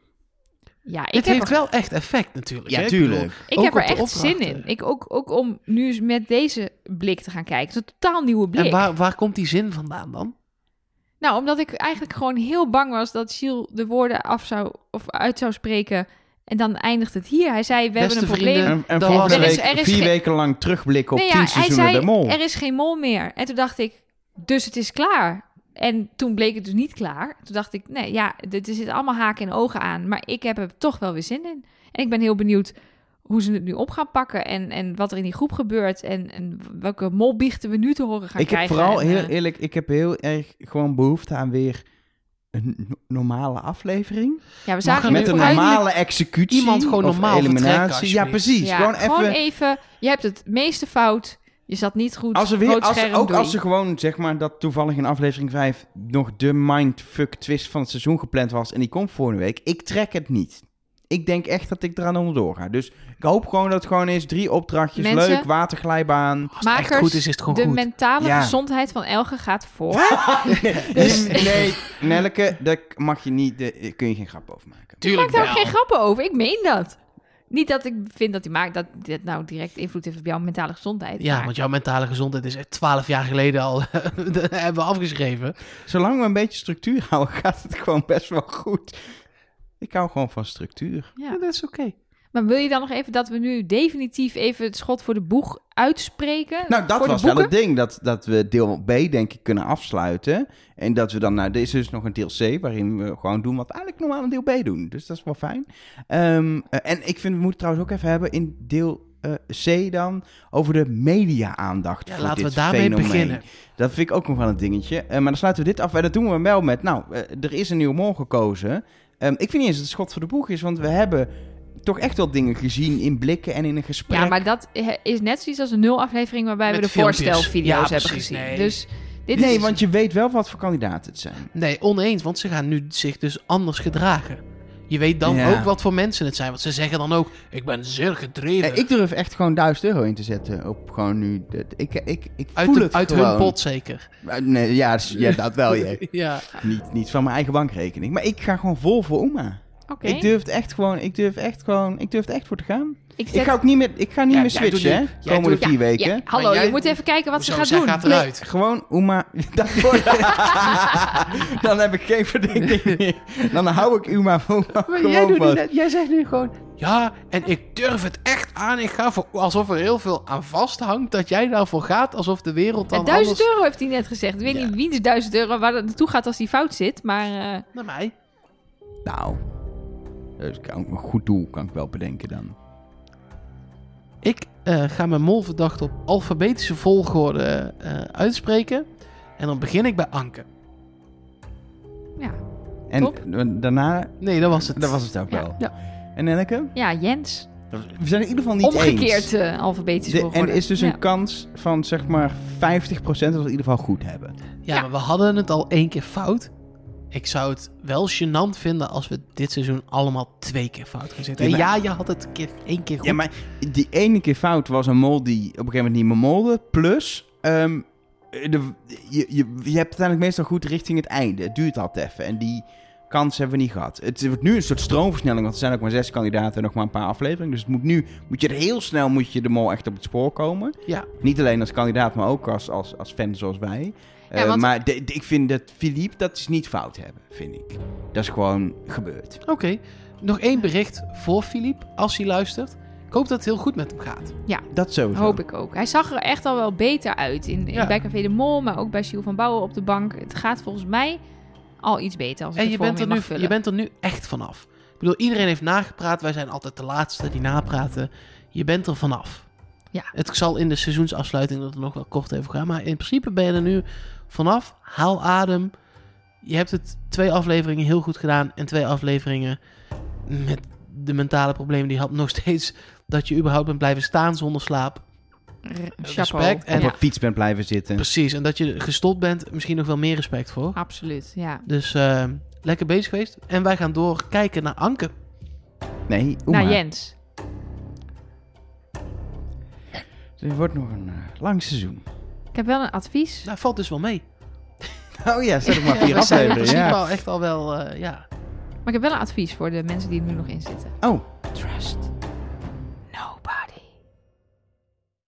[SPEAKER 3] Ja, ik
[SPEAKER 2] Dit
[SPEAKER 3] heb
[SPEAKER 2] heeft
[SPEAKER 3] er,
[SPEAKER 2] wel echt effect natuurlijk. hè?
[SPEAKER 1] Ja,
[SPEAKER 2] Ik bedoel,
[SPEAKER 1] tuurlijk.
[SPEAKER 3] ik
[SPEAKER 2] ook
[SPEAKER 3] heb er
[SPEAKER 2] op de
[SPEAKER 3] echt zin in.
[SPEAKER 2] opdrachten.
[SPEAKER 3] Ik ook, ook om nu eens met deze blik te gaan kijken. Het is een totaal nieuwe blik.
[SPEAKER 2] En waar, waar komt die zin vandaan dan?
[SPEAKER 3] Nou, omdat ik eigenlijk gewoon heel bang was dat Siel de woorden af zou of uit zou spreken. En dan eindigt het hier. Hij zei: We hebben
[SPEAKER 2] Beste
[SPEAKER 3] een probleem.
[SPEAKER 2] vrienden,
[SPEAKER 1] En, en
[SPEAKER 2] Dan
[SPEAKER 1] volgende
[SPEAKER 3] was- Er
[SPEAKER 1] week
[SPEAKER 3] is- er is
[SPEAKER 1] vier
[SPEAKER 3] geen-
[SPEAKER 1] weken lang terugblik op
[SPEAKER 3] Nee,
[SPEAKER 1] tien
[SPEAKER 3] ja, hij
[SPEAKER 1] seizoenen
[SPEAKER 3] zei:
[SPEAKER 1] de mol.
[SPEAKER 3] Er is geen mol meer. En toen dacht ik: Dus het is klaar. En toen bleek het dus niet klaar. Toen dacht ik: Nee, ja, dit- er zitten allemaal haken en ogen aan. Maar ik heb er toch wel weer zin in. En ik ben heel benieuwd hoe ze het nu op gaan pakken. En, en wat er in die groep gebeurt. En, en welke molbiechten we nu te horen gaan
[SPEAKER 1] Ik heb
[SPEAKER 3] krijgen.
[SPEAKER 1] vooral,
[SPEAKER 3] En,
[SPEAKER 1] heel
[SPEAKER 3] eh,
[SPEAKER 1] eerlijk, ik heb heel erg gewoon behoefte aan weer een no- normale aflevering.
[SPEAKER 3] ja, we zagen
[SPEAKER 2] er
[SPEAKER 3] nu
[SPEAKER 1] Met een
[SPEAKER 3] vooruit-
[SPEAKER 1] normale executie.
[SPEAKER 2] iemand gewoon
[SPEAKER 1] of
[SPEAKER 2] normaal vertrekken,
[SPEAKER 1] eliminatie. Ja,
[SPEAKER 2] alsjeblieft.
[SPEAKER 1] precies.
[SPEAKER 3] Ja,
[SPEAKER 1] gewoon even...
[SPEAKER 3] Je hebt het meeste fout. Je zat niet goed.
[SPEAKER 1] als er weer,
[SPEAKER 3] rood
[SPEAKER 1] als,
[SPEAKER 3] scherm,
[SPEAKER 1] ook
[SPEAKER 3] doei.
[SPEAKER 1] als ze gewoon, zeg maar, dat toevallig in aflevering 5 nog de mindfuck twist van het seizoen gepland was en die komt volgende week. Ik trek het niet. Ik denk echt dat ik eraan onderdoor ga. Dus ik hoop gewoon dat het gewoon is drie opdrachtjes,
[SPEAKER 3] Mensen,
[SPEAKER 1] leuk, waterglijbaan.
[SPEAKER 2] Als het echt
[SPEAKER 3] Makers,
[SPEAKER 2] goed is, is het gewoon
[SPEAKER 3] De
[SPEAKER 2] goed.
[SPEAKER 3] mentale
[SPEAKER 1] Ja.
[SPEAKER 3] gezondheid van Elge gaat voor.
[SPEAKER 1] Dus, nee, Nelke, daar mag je niet, daar kun je geen grap over maken.
[SPEAKER 3] Ik maak
[SPEAKER 2] Tuurlijk
[SPEAKER 3] daar
[SPEAKER 2] wel.
[SPEAKER 3] ook geen grappen over. Ik meen dat. Niet dat ik vind dat die maakt dat dit nou direct invloed heeft op jouw mentale gezondheid.
[SPEAKER 2] Ja,
[SPEAKER 3] maar-
[SPEAKER 2] want jouw mentale gezondheid is echt twaalf jaar geleden al dat hebben we afgeschreven.
[SPEAKER 1] Zolang we een beetje structuur houden, gaat het gewoon best wel goed. Ik hou gewoon van structuur.
[SPEAKER 3] Ja.
[SPEAKER 2] Ja, dat is oké.
[SPEAKER 3] Maar wil je dan nog even dat we nu definitief even het schot voor de boeg uitspreken?
[SPEAKER 1] Nou, dat
[SPEAKER 3] voor de
[SPEAKER 1] was wel
[SPEAKER 3] boeken?
[SPEAKER 1] het ding. Dat, dat we deel B, denk ik, kunnen afsluiten. En dat we dan, nou, er is dus nog een deel C waarin we gewoon doen wat we eigenlijk normaal een deel B doen. Dus dat is wel fijn. Ehm, eh, en ik vind, we moeten het trouwens ook even hebben in deel eh, C dan over de media-aandacht.
[SPEAKER 2] Ja,
[SPEAKER 1] voor
[SPEAKER 2] laten we
[SPEAKER 1] dit
[SPEAKER 2] daarmee
[SPEAKER 1] fenomeen.
[SPEAKER 2] beginnen.
[SPEAKER 1] Dat vind ik ook nog wel een dingetje. Eh, maar dan sluiten we dit af. En dat doen we wel met. Nou, eh, er is een nieuw mol gekozen. Ehm, ik vind niet eens dat het schot voor de boeg is. Want we hebben toch echt wel dingen gezien in blikken en in een gesprek.
[SPEAKER 3] Ja, maar dat eh, is net zoiets als een nul aflevering waarbij
[SPEAKER 2] Met
[SPEAKER 3] we de
[SPEAKER 2] filmpjes. Ja,
[SPEAKER 3] voorstelvideo's hebben
[SPEAKER 2] precies,
[SPEAKER 3] gezien.
[SPEAKER 2] nee.
[SPEAKER 3] Dus dit
[SPEAKER 1] nee,
[SPEAKER 3] is
[SPEAKER 1] want je weet wel wat voor kandidaten het zijn.
[SPEAKER 2] Nee, oneens, want ze gaan nu zich dus anders gedragen. Je weet dan
[SPEAKER 1] Ja.
[SPEAKER 2] ook wat voor mensen het zijn, want ze zeggen dan ook: Ik ben zeer gedreven.
[SPEAKER 1] Eh, ik durf echt gewoon 1000 euro in te zetten op gewoon nu. dit. Ik, ik, ik
[SPEAKER 2] uit
[SPEAKER 1] voel
[SPEAKER 2] de-
[SPEAKER 1] het
[SPEAKER 2] uit
[SPEAKER 1] gewoon. Oh,
[SPEAKER 2] hun pot zeker.
[SPEAKER 1] Eh, Nee, ja, s- ja, dat wel. Ja.
[SPEAKER 2] ja.
[SPEAKER 1] niet, niet van mijn eigen bankrekening. Maar ik ga gewoon vol voor Oma.
[SPEAKER 3] Oké,
[SPEAKER 1] Ik durf het echt gewoon. Ik durf echt gewoon. Ik durf het echt voor te gaan.
[SPEAKER 3] ik
[SPEAKER 1] Ik ga ook niet meer, ik ga niet
[SPEAKER 2] Ja,
[SPEAKER 1] meer
[SPEAKER 2] jij doet
[SPEAKER 1] switchen, hè?
[SPEAKER 2] nu- jij
[SPEAKER 1] Komende
[SPEAKER 3] doet-
[SPEAKER 1] vier weken.
[SPEAKER 3] Ja, hallo,
[SPEAKER 2] Maar jij-
[SPEAKER 3] je moet even kijken wat ze
[SPEAKER 2] Hoezo,
[SPEAKER 3] gaat
[SPEAKER 2] zij
[SPEAKER 3] doen.
[SPEAKER 2] gaat eruit.
[SPEAKER 1] Gewoon Uma. Dat wordt- dan heb ik geen verdenking meer. Dan hou ik Uma voor Uma
[SPEAKER 2] Maar jij,
[SPEAKER 1] gewoon
[SPEAKER 2] doet nu
[SPEAKER 1] vast.
[SPEAKER 2] net, jij zegt nu gewoon... Ja, en ik durf het echt aan. Ik ga voor... Alsof er heel veel aan vasthangt dat jij daarvoor gaat. Alsof de wereld dan
[SPEAKER 3] En 1000
[SPEAKER 2] anders...
[SPEAKER 3] eh, euro heeft hij net gezegd. Ik weet
[SPEAKER 2] Ja.
[SPEAKER 3] niet wiens 1000 euro waar dat naartoe gaat als die fout zit, maar eh,
[SPEAKER 2] Naar mij.
[SPEAKER 1] Nou, dat is ook een goed doel, kan ik wel bedenken dan.
[SPEAKER 2] Ik eh, ga mijn molverdachte op alfabetische volgorde eh, uitspreken. En dan begin ik bij Anke.
[SPEAKER 1] En
[SPEAKER 3] Top.
[SPEAKER 1] daarna,
[SPEAKER 2] Nee, dat was het.
[SPEAKER 1] dat was het ook
[SPEAKER 3] Ja.
[SPEAKER 1] wel.
[SPEAKER 2] Ja.
[SPEAKER 1] En Enneke?
[SPEAKER 3] ja, Jens.
[SPEAKER 1] We zijn in ieder geval niet eens.
[SPEAKER 3] Omgekeerd eh, alfabetisch
[SPEAKER 1] De- en
[SPEAKER 3] volgorde.
[SPEAKER 1] er is dus
[SPEAKER 3] Ja.
[SPEAKER 1] een kans van zeg maar 50% dat we het in ieder geval goed hebben.
[SPEAKER 2] Ja,
[SPEAKER 3] Ja.
[SPEAKER 2] maar we hadden het al één keer fout. Ik zou het wel gênant vinden als we dit seizoen allemaal twee keer fout gaan zitten.
[SPEAKER 1] Ja,
[SPEAKER 2] En
[SPEAKER 1] maar-
[SPEAKER 2] ja, je had het een keer, één keer goed.
[SPEAKER 1] Ja, maar die ene keer fout was een mol die op een gegeven moment niet meer molde. Plus, ehm, de, je, je, je hebt het uiteindelijk meestal goed richting het einde. Het duurt altijd even. En die kans hebben we niet gehad. Het wordt nu een soort stroomversnelling, want er zijn ook maar zes kandidaten en nog maar een paar afleveringen. Dus het moet nu moet je er heel snel moet je de mol echt op het spoor komen.
[SPEAKER 2] Ja.
[SPEAKER 1] Niet alleen als kandidaat, maar ook als, als, als fan zoals wij.
[SPEAKER 3] Ja,
[SPEAKER 1] Eh,
[SPEAKER 3] want-
[SPEAKER 1] Maar de- de- ik vind dat Philippe dat is niet fout hebben, vind ik. Dat is gewoon gebeurd.
[SPEAKER 2] Oké, nog één bericht voor Filip, als hij luistert. Ik hoop dat het heel goed met hem gaat.
[SPEAKER 1] Dat sowieso.
[SPEAKER 3] Hoop ik ook. Hij zag er echt al wel beter uit. In, in
[SPEAKER 2] Ja.
[SPEAKER 3] Bij Café de Mol, maar ook bij Siel van Bouwen op de bank. Het gaat volgens mij al iets beter als ik
[SPEAKER 2] en
[SPEAKER 3] het
[SPEAKER 2] je
[SPEAKER 3] voor
[SPEAKER 2] bent,
[SPEAKER 3] me
[SPEAKER 2] er
[SPEAKER 3] in
[SPEAKER 2] nu,
[SPEAKER 3] mag vullen.
[SPEAKER 2] je bent er nu echt vanaf. Ik bedoel, iedereen heeft nagepraat. Wij zijn altijd de laatste die napraten. Je bent er vanaf.
[SPEAKER 3] Ja.
[SPEAKER 2] Het zal in de seizoensafsluiting dat er nog wel kort even gaan. Maar in principe ben je er nu vanaf. Haal adem. Je hebt het twee afleveringen heel goed gedaan. En twee afleveringen met de mentale problemen die je had. Nog steeds dat je überhaupt bent blijven staan zonder slaap.
[SPEAKER 3] R- chapeau.
[SPEAKER 2] Respect. En
[SPEAKER 1] Op
[SPEAKER 3] Ja,
[SPEAKER 1] een fiets bent blijven zitten.
[SPEAKER 2] Precies, en dat je gestopt bent, misschien nog wel meer respect voor.
[SPEAKER 3] Absoluut, ja.
[SPEAKER 2] Dus eh, lekker bezig geweest. En wij gaan door kijken naar Anke.
[SPEAKER 1] Nee, Oema.
[SPEAKER 3] Nou, Jens.
[SPEAKER 1] Er wordt nog een eh, lang seizoen.
[SPEAKER 3] Ik heb wel een advies.
[SPEAKER 2] Daar valt dus wel mee.
[SPEAKER 1] Oh ja, zet ik maar vier
[SPEAKER 2] we zijn in
[SPEAKER 1] afleveringen.
[SPEAKER 2] principe
[SPEAKER 1] Ja.
[SPEAKER 2] al echt al wel, eh, ja.
[SPEAKER 3] Maar ik heb wel een advies voor de mensen die er nu nog in zitten.
[SPEAKER 1] Oh,
[SPEAKER 3] Trust.